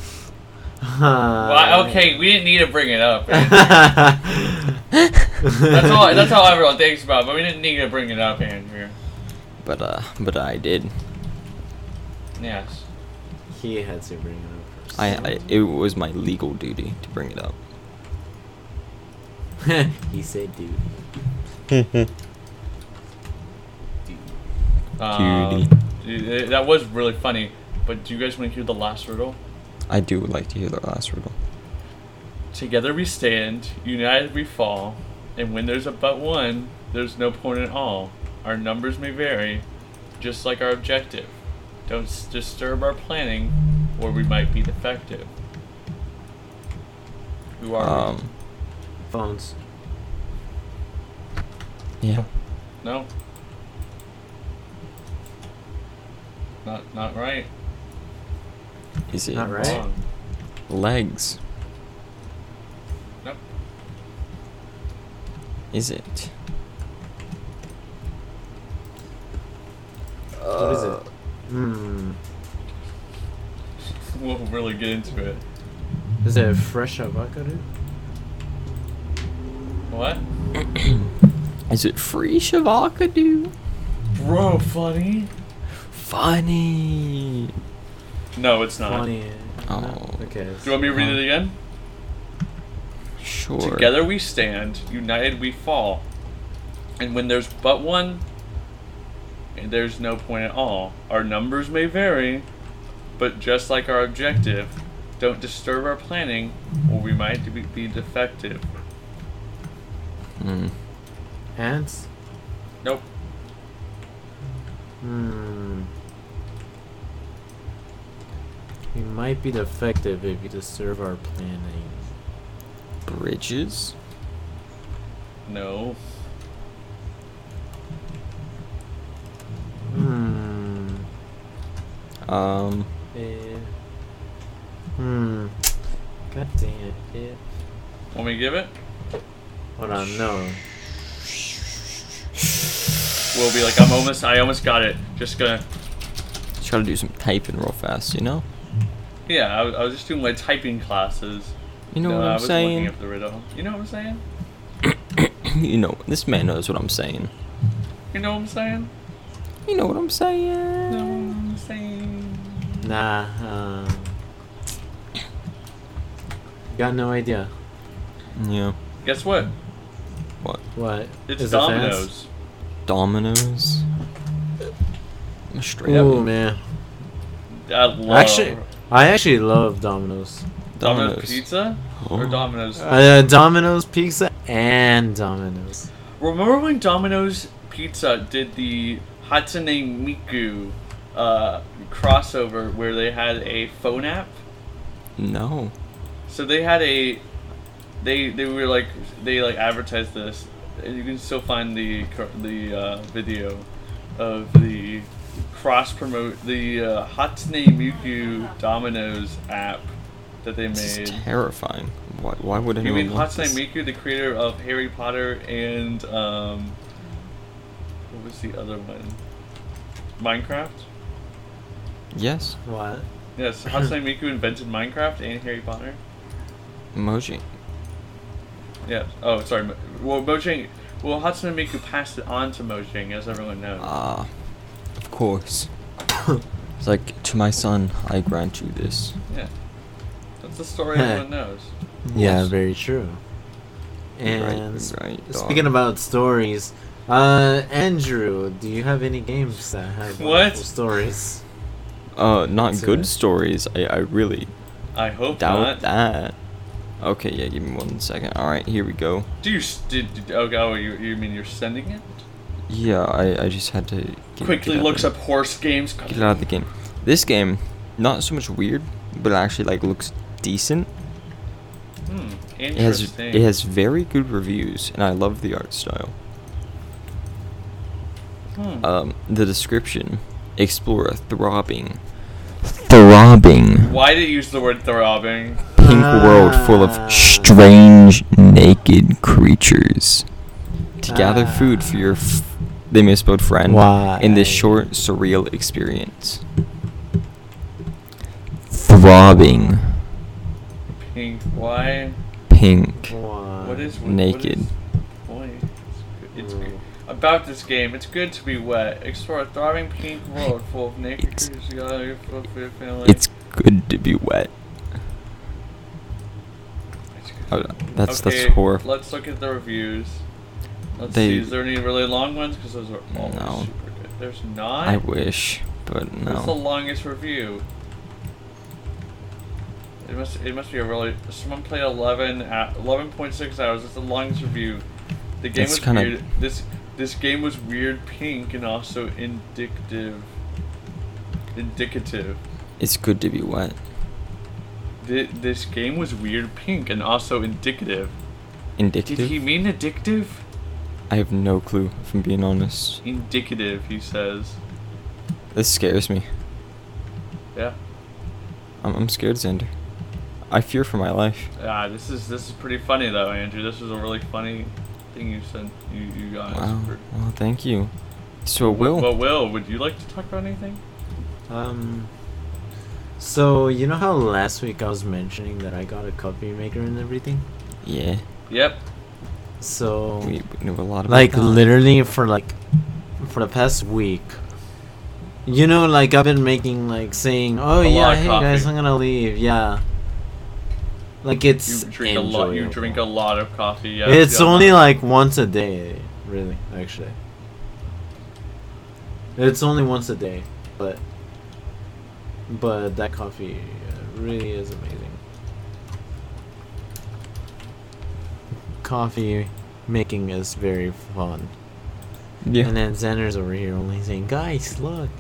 Speaker 2: Uh,
Speaker 1: well, okay, we didn't need to bring it up. Andrew. that's all. That's all everyone thinks about, but we didn't need to bring it up, Andrew.
Speaker 3: But uh, but I did.
Speaker 1: Yes.
Speaker 2: He had to bring it up.
Speaker 3: I, I it was my legal duty to bring it up.
Speaker 2: I. he said, "Dude."
Speaker 1: Um,
Speaker 3: Cutie.
Speaker 1: dude, that was really funny. But do you guys want to hear the last riddle?
Speaker 3: I do would like to hear the last riddle.
Speaker 1: Together we stand, united we fall, and when there's a but one, there's no point at all. Our numbers may vary, just like our objective. Don't s- disturb our planning, or we might be defective. Who are
Speaker 3: Um,
Speaker 2: Phones.
Speaker 3: yeah.
Speaker 1: we? No. Not not right.
Speaker 3: Is it
Speaker 2: Not right.
Speaker 1: Wrong.
Speaker 3: legs?
Speaker 1: Nope.
Speaker 3: Is it?
Speaker 2: what is
Speaker 3: Uh.
Speaker 2: it? Hmm.
Speaker 1: We'll really get into it.
Speaker 2: Is it fresh avocado?
Speaker 1: What?
Speaker 3: Is it free Shavakadu?
Speaker 1: Bro, funny.
Speaker 3: Funny.
Speaker 1: No, it's not.
Speaker 2: Funny.
Speaker 3: Oh.
Speaker 2: Okay.
Speaker 1: Uh. Do you want me to read it again?
Speaker 3: Sure.
Speaker 1: Together we stand, united we fall. And when there's but one, and there's no point at all. Our numbers may vary, but just like our objective, don't disturb our planning, or we might be- be defective.
Speaker 3: Mm.
Speaker 2: Ants.
Speaker 1: Nope.
Speaker 2: Hmm. He might be defective if you disturb our planning.
Speaker 3: Bridges.
Speaker 1: No.
Speaker 2: Hmm.
Speaker 3: Um.
Speaker 2: Eh. Hmm. God damn it.
Speaker 1: Want me to give it?
Speaker 2: Hold on, no.
Speaker 1: We'll be like, I'm almost, I almost got it. Just gonna,
Speaker 3: Just gotta do some typing real fast, you know?
Speaker 1: yeah, I was, I was just doing my typing classes.
Speaker 3: You know
Speaker 1: No,
Speaker 3: what
Speaker 1: I
Speaker 3: I'm
Speaker 1: was looking
Speaker 3: saying?
Speaker 1: up the riddle. You know what I'm saying?
Speaker 3: you know, this man knows what I'm saying.
Speaker 1: You know what I'm saying?
Speaker 3: You know what I'm saying?
Speaker 1: You know what I'm saying?
Speaker 2: Nah, um. Got no idea.
Speaker 3: Yeah.
Speaker 1: Guess what?
Speaker 2: What?
Speaker 1: It's
Speaker 2: Is it fast?
Speaker 1: dominoes.
Speaker 3: Dominoes. I'm a straight
Speaker 2: Ooh,
Speaker 3: up
Speaker 2: man.
Speaker 1: I love
Speaker 2: Actually, I actually love Domino's.
Speaker 1: Domino's
Speaker 3: Dominoes.
Speaker 1: pizza or
Speaker 3: Oh.
Speaker 1: Domino's.
Speaker 2: Uh, Domino's pizza and Domino's.
Speaker 1: Remember when Domino's Pizza did the Hatsune Miku uh, crossover where they had a phone app?
Speaker 3: No.
Speaker 1: So they had a they they were like they like advertised this, and you can still find the cr- the uh, video of the cross promote the uh, Hatsune Miku Domino's app that they
Speaker 3: This is
Speaker 1: made.
Speaker 3: terrifying. Why, why would
Speaker 1: You
Speaker 3: anyone
Speaker 1: mean
Speaker 3: want
Speaker 1: Hatsune
Speaker 3: this?
Speaker 1: Miku, the creator of Harry Potter and um, what was the other one? Minecraft.
Speaker 3: Yes.
Speaker 2: What?
Speaker 1: Yes, Hatsune Miku invented Minecraft and Harry Potter.
Speaker 3: Emoji.
Speaker 1: Yeah. Oh, sorry. Mo- Well, Mojang. Well, Hatsune Miku passed it on to Mojang, as everyone knows.
Speaker 3: Ah. of course. it's like, to my son, I grant you this.
Speaker 1: yeah. That's the story everyone knows.
Speaker 2: Yeah,
Speaker 3: Yes.
Speaker 2: very true.
Speaker 3: You're right,
Speaker 2: And
Speaker 3: you're right, dog.
Speaker 2: speaking about stories, uh, Andrew, do you have any games that have
Speaker 1: What?
Speaker 2: wonderful stories?
Speaker 3: Uh, not
Speaker 2: That's
Speaker 3: good
Speaker 2: it.
Speaker 3: stories. I, I really
Speaker 1: I hope
Speaker 3: doubt
Speaker 1: not.
Speaker 3: that. Okay, yeah, give me one second. Alright, here we go.
Speaker 1: Do you s- did, did oh, go- oh you, you mean you're sending it?
Speaker 3: Yeah, I, I just had to get- get
Speaker 1: Quickly
Speaker 3: out
Speaker 1: looks
Speaker 3: the-
Speaker 1: up horse games.
Speaker 3: Get it out of the game. This game, not so much weird, but it actually like looks decent.
Speaker 1: Hmm,
Speaker 3: It has
Speaker 1: interesting.
Speaker 3: it has very good reviews, and I love the art style.
Speaker 1: Hmm.
Speaker 3: Um, the description: explore a throbbing, throbbing
Speaker 1: Why did it use the word throbbing?
Speaker 3: pink world full
Speaker 2: Ah.
Speaker 3: of strange naked creatures. To gather food for your, f- they misspelled friend, in this
Speaker 2: Ah. Why?
Speaker 3: short surreal experience. Throbbing,
Speaker 1: Pink. Why?
Speaker 3: pink.
Speaker 2: Why?
Speaker 1: What is
Speaker 3: Naked.
Speaker 1: What is, boy, it's, good- it's good. about this game. It's good to be wet. Explore a thriving pink world full of naked
Speaker 3: It's-
Speaker 1: creatures. You gotta be full of your family.
Speaker 3: It's good to be wet.
Speaker 1: It's good.
Speaker 3: Oh, that's
Speaker 1: okay,
Speaker 3: that's horrible.
Speaker 1: Let's look at the reviews. Let's
Speaker 3: They-
Speaker 1: see. Is there any really long ones? Because those are always
Speaker 3: No.
Speaker 1: super good. There's not.
Speaker 3: I wish, but
Speaker 1: What's the
Speaker 3: no.
Speaker 1: longest review? It must. It must be a really. Someone played eleven at eleven point six hours. It's the longest review. The game
Speaker 3: That's
Speaker 1: was
Speaker 3: kinda-
Speaker 1: weird. This this game was weird, pink, and also indicative. Indicative.
Speaker 3: It's good to be wet.
Speaker 1: Thi- This game was weird, pink, and also indicative. Did
Speaker 3: Indicative.
Speaker 1: he mean addictive?
Speaker 3: I have no clue. If I'm being honest,
Speaker 1: Indicative, he says.
Speaker 3: this scares me.
Speaker 1: Yeah.
Speaker 3: I'm, I'm scared, Xander. I fear for my life.
Speaker 1: Ah, this is this is pretty funny though, Andrew. This was a really funny thing you sent. You you guys.
Speaker 3: Wow.
Speaker 1: for-
Speaker 3: Well, thank you. So, Will,
Speaker 1: Well, Will, would you like to talk about anything?
Speaker 2: Um. So you know how last week I was mentioning that I got a coffee maker and everything.
Speaker 3: yeah,
Speaker 1: Yep.
Speaker 2: So
Speaker 3: we we knew a lot about
Speaker 2: like
Speaker 3: that.
Speaker 2: literally for like for the past week you know like i've been making like saying oh
Speaker 1: A lot
Speaker 2: yeah
Speaker 1: of
Speaker 2: hey
Speaker 1: coffee.
Speaker 2: guys i'm gonna leave yeah like it's
Speaker 1: You drink a lot. You drink a
Speaker 2: enjoyable.
Speaker 1: lot of coffee. Yeah.
Speaker 2: it's
Speaker 1: yeah.
Speaker 2: only like once a day really actually it's only once a day but but that coffee uh, really is amazing coffee making is very fun
Speaker 3: Yeah.
Speaker 2: and then Xander's over here only saying, guys, look,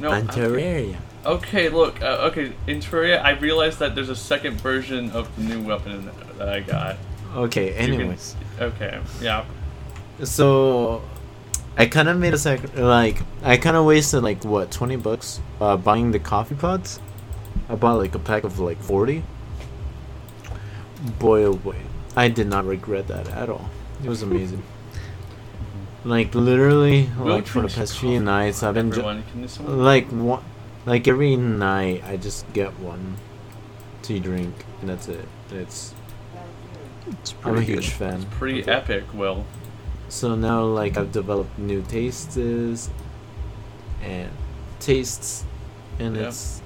Speaker 1: No,
Speaker 2: I'm
Speaker 1: okay.
Speaker 2: Terraria.
Speaker 1: okay, look. Uh, okay, in Terraria, I realized that there's a second version of the new weapon that I got.
Speaker 2: Okay,
Speaker 1: You can-
Speaker 2: anyways.
Speaker 1: okay. Yeah.
Speaker 2: So, I kind of made a sac- like, I kind of wasted like, what, 20 bucks uh, buying the coffee pots? I bought like a pack of like 40. Boy, oh boy. I did not regret that at all. It was amazing. like literally,
Speaker 1: Will
Speaker 2: like for the
Speaker 1: drinks
Speaker 2: past
Speaker 1: coffee.
Speaker 2: few nights, I've been ju-
Speaker 1: Everyone, can this someone
Speaker 2: like one, like every night I just get one to drink, and that's it. It's
Speaker 4: It's
Speaker 2: I'm a
Speaker 4: pretty
Speaker 2: huge
Speaker 4: good.
Speaker 2: fan.
Speaker 1: pretty epic, Will.
Speaker 2: So now, like, I've developed new tastes and tastes, and
Speaker 1: Yeah.
Speaker 2: it's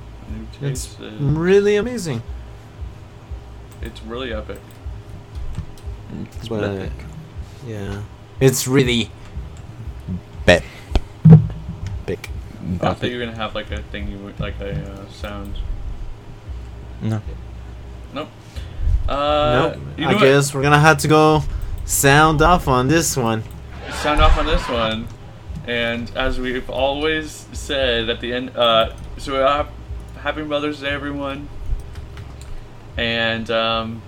Speaker 1: New
Speaker 2: it's
Speaker 1: taste. uh,
Speaker 2: really amazing.
Speaker 1: It's really epic.
Speaker 3: It's
Speaker 2: But-
Speaker 3: epic.
Speaker 2: Yeah, it's really
Speaker 3: Bet.
Speaker 2: big.
Speaker 1: I thought you were gonna have like a thing you would- like a uh, sound.
Speaker 3: No.
Speaker 1: Nope. Uh,
Speaker 2: nope.
Speaker 1: You know
Speaker 2: I
Speaker 1: what?
Speaker 2: guess we're gonna have to go sound off on this one.
Speaker 1: sound off on this one. And as we've always said at the end, uh, so uh, happy Mother's Day, everyone. And um,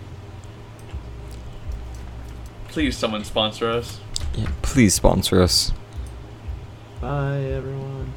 Speaker 1: please, someone sponsor us.
Speaker 3: Yeah, please sponsor us.
Speaker 2: Bye, everyone.